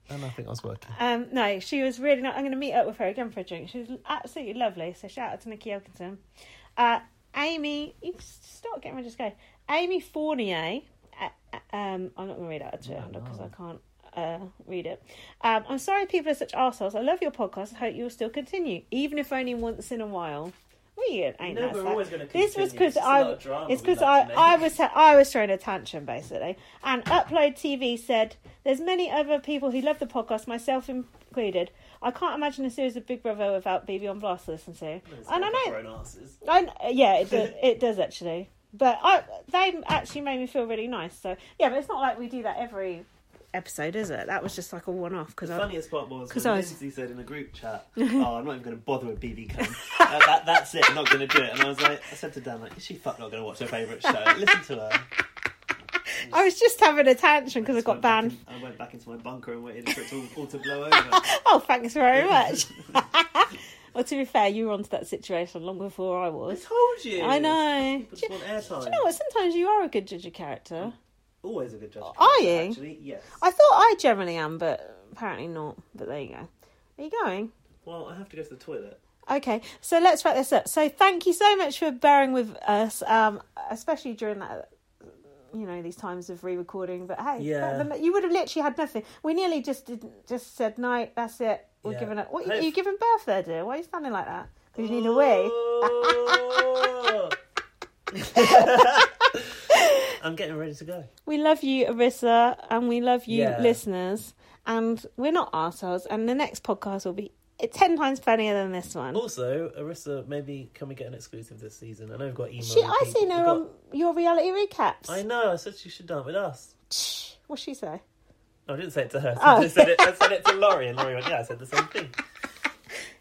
B: And I think I was working.
A: Um, no, she was really not. I'm going to meet up with her again for a drink. She was absolutely lovely. So shout out to Nikki Elkinson. Uh, Amy, you stop getting me just go. Amy Fournier. Uh, uh, um, I'm not going to read it out to because I can't uh, read it. Um, I'm sorry people are such assholes. I love your podcast. I hope you'll still continue, even if only once in a while. Weird, ain't
N: No,
A: that?
N: we're
A: sad?
N: always gonna
A: This was
N: continue.
A: because
N: It's a lot
A: I.
N: of drama
A: It's
N: we
A: because
N: like
A: I,
N: to
A: I
N: make.
A: was I was throwing a tantrum basically. And Upload TV said, "There's many other people who love the podcast, myself included. I can't imagine a series of Big Brother without BB on Blast to listen to." And I know I kn- yeah, it does, it does actually. But I they actually made me feel really nice. So yeah, but it's not like we do that every episode, is it? That was just like a one off because
B: The funniest part was
A: 'Cause
B: when
A: I was-
B: Lindsay said in a group chat, "Oh, I'm not even going to bother with BB Cam. uh, that, that's it. I'm not going to do it." And I was like, I said to Dan, "Like, is she fuck not going to watch her favourite show? Listen to her."
A: I was just having a tantrum because I got banned.
B: I went back into my bunker and waited for it all, all to blow over.
A: Oh, thanks very much. well, to be fair, you were onto that situation long before I was.
B: I told you.
A: I know.
B: People just want airtime.
A: Do you know what? Sometimes you are a good judge of character.
B: Always a good judge.
A: Are you?
B: Actually, yes.
A: I thought I generally am, but apparently not. But there you go. Are you going?
B: Well, I have to go to the toilet.
A: Okay, so let's wrap this up. So thank you so much for bearing with us, um, especially during that, you know, these times of re-recording. But hey,
B: Yeah.
A: better than- you would have literally had nothing. We nearly just did, just said no. That's it. We're
B: Yeah.
A: giving up. What
B: Hope-
A: are you giving birth there, dear? Why are you standing like that? Because you need a wee.
B: I'm getting ready to go.
A: we love you, Arissa, and we love you,
B: Yeah.
A: listeners. And we're not ourselves. And the next podcast will be ten times funnier than this one.
B: Also, Arissa, maybe can we get an exclusive this season? I know we've got email.
A: She, I seen her on your reality recaps.
B: I know. I said she should dance with us.
A: What's she say?
B: No, I didn't say it to her. I
A: Oh.
B: just said, it, I said it to Laurie, and Laurie went, "Yeah, I said the same thing."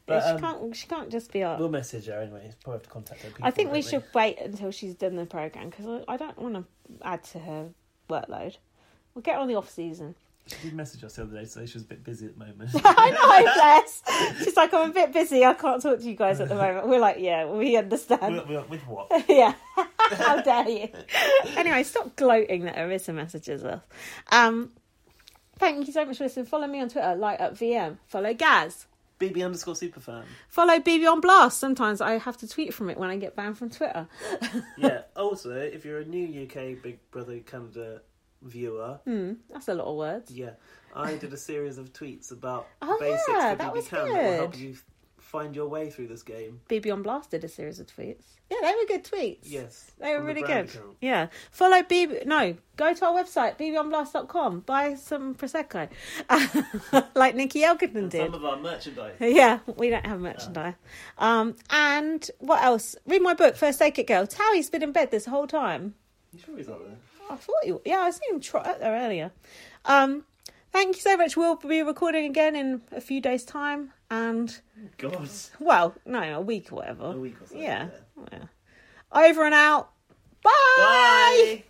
B: But
A: she
B: um,
A: can't. She can't just be our.
B: we'll message her anyway. Probably have to contact her. People,
A: I think we
B: don't
A: should wait until she's done the program because I, I don't want to add to her workload. We'll get her on the off season.
B: She did message us the other day, so she was a bit busy at the moment.
A: I know, bless. She's like, I'm a bit busy. I can't talk to you guys at the moment. We're like, yeah, we understand.
B: We're- we're- with what?
A: yeah. How dare you? anyway, stop gloating that Arissa messages us. Um, thank you so much for listening. Follow me on Twitter, light up VM. Follow Gaz.
B: BB underscore superfan.
A: Follow BB on Blast. Sometimes I have to tweet from it when I get banned from Twitter.
B: Yeah. Also, if you're a new UK Big Brother Canada viewer,
A: Hmm, that's a lot of words.
B: Yeah, I did a series of tweets about
A: Oh,
B: basics
A: yeah,
B: for
A: that
B: BB
A: was
B: Cam that will help
A: good.
B: you f- find your way through this game.
A: BB on Blast did a series of tweets. Yeah, they were good tweets.
B: Yes,
A: They were
B: on the
A: really
B: brand
A: good.
B: account.
A: Yeah. Follow BB. No, go to our website, bbonblast.com. Buy some Prosecco. like Nikki Elkerton did.
B: Some of our merchandise.
A: Yeah, we don't have merchandise. Um, and what else? Read my book, First Aid Kit Girl. Towie's been in bed this whole time.
B: You sure he's not there?
A: I thought you. Yeah, I seen him trot up there earlier. Um, thank you so much. We'll be recording again in a few days' time, and
B: God.
A: well, no, a week or whatever. A week
B: or
A: so. Yeah. yeah. Over and out. Bye.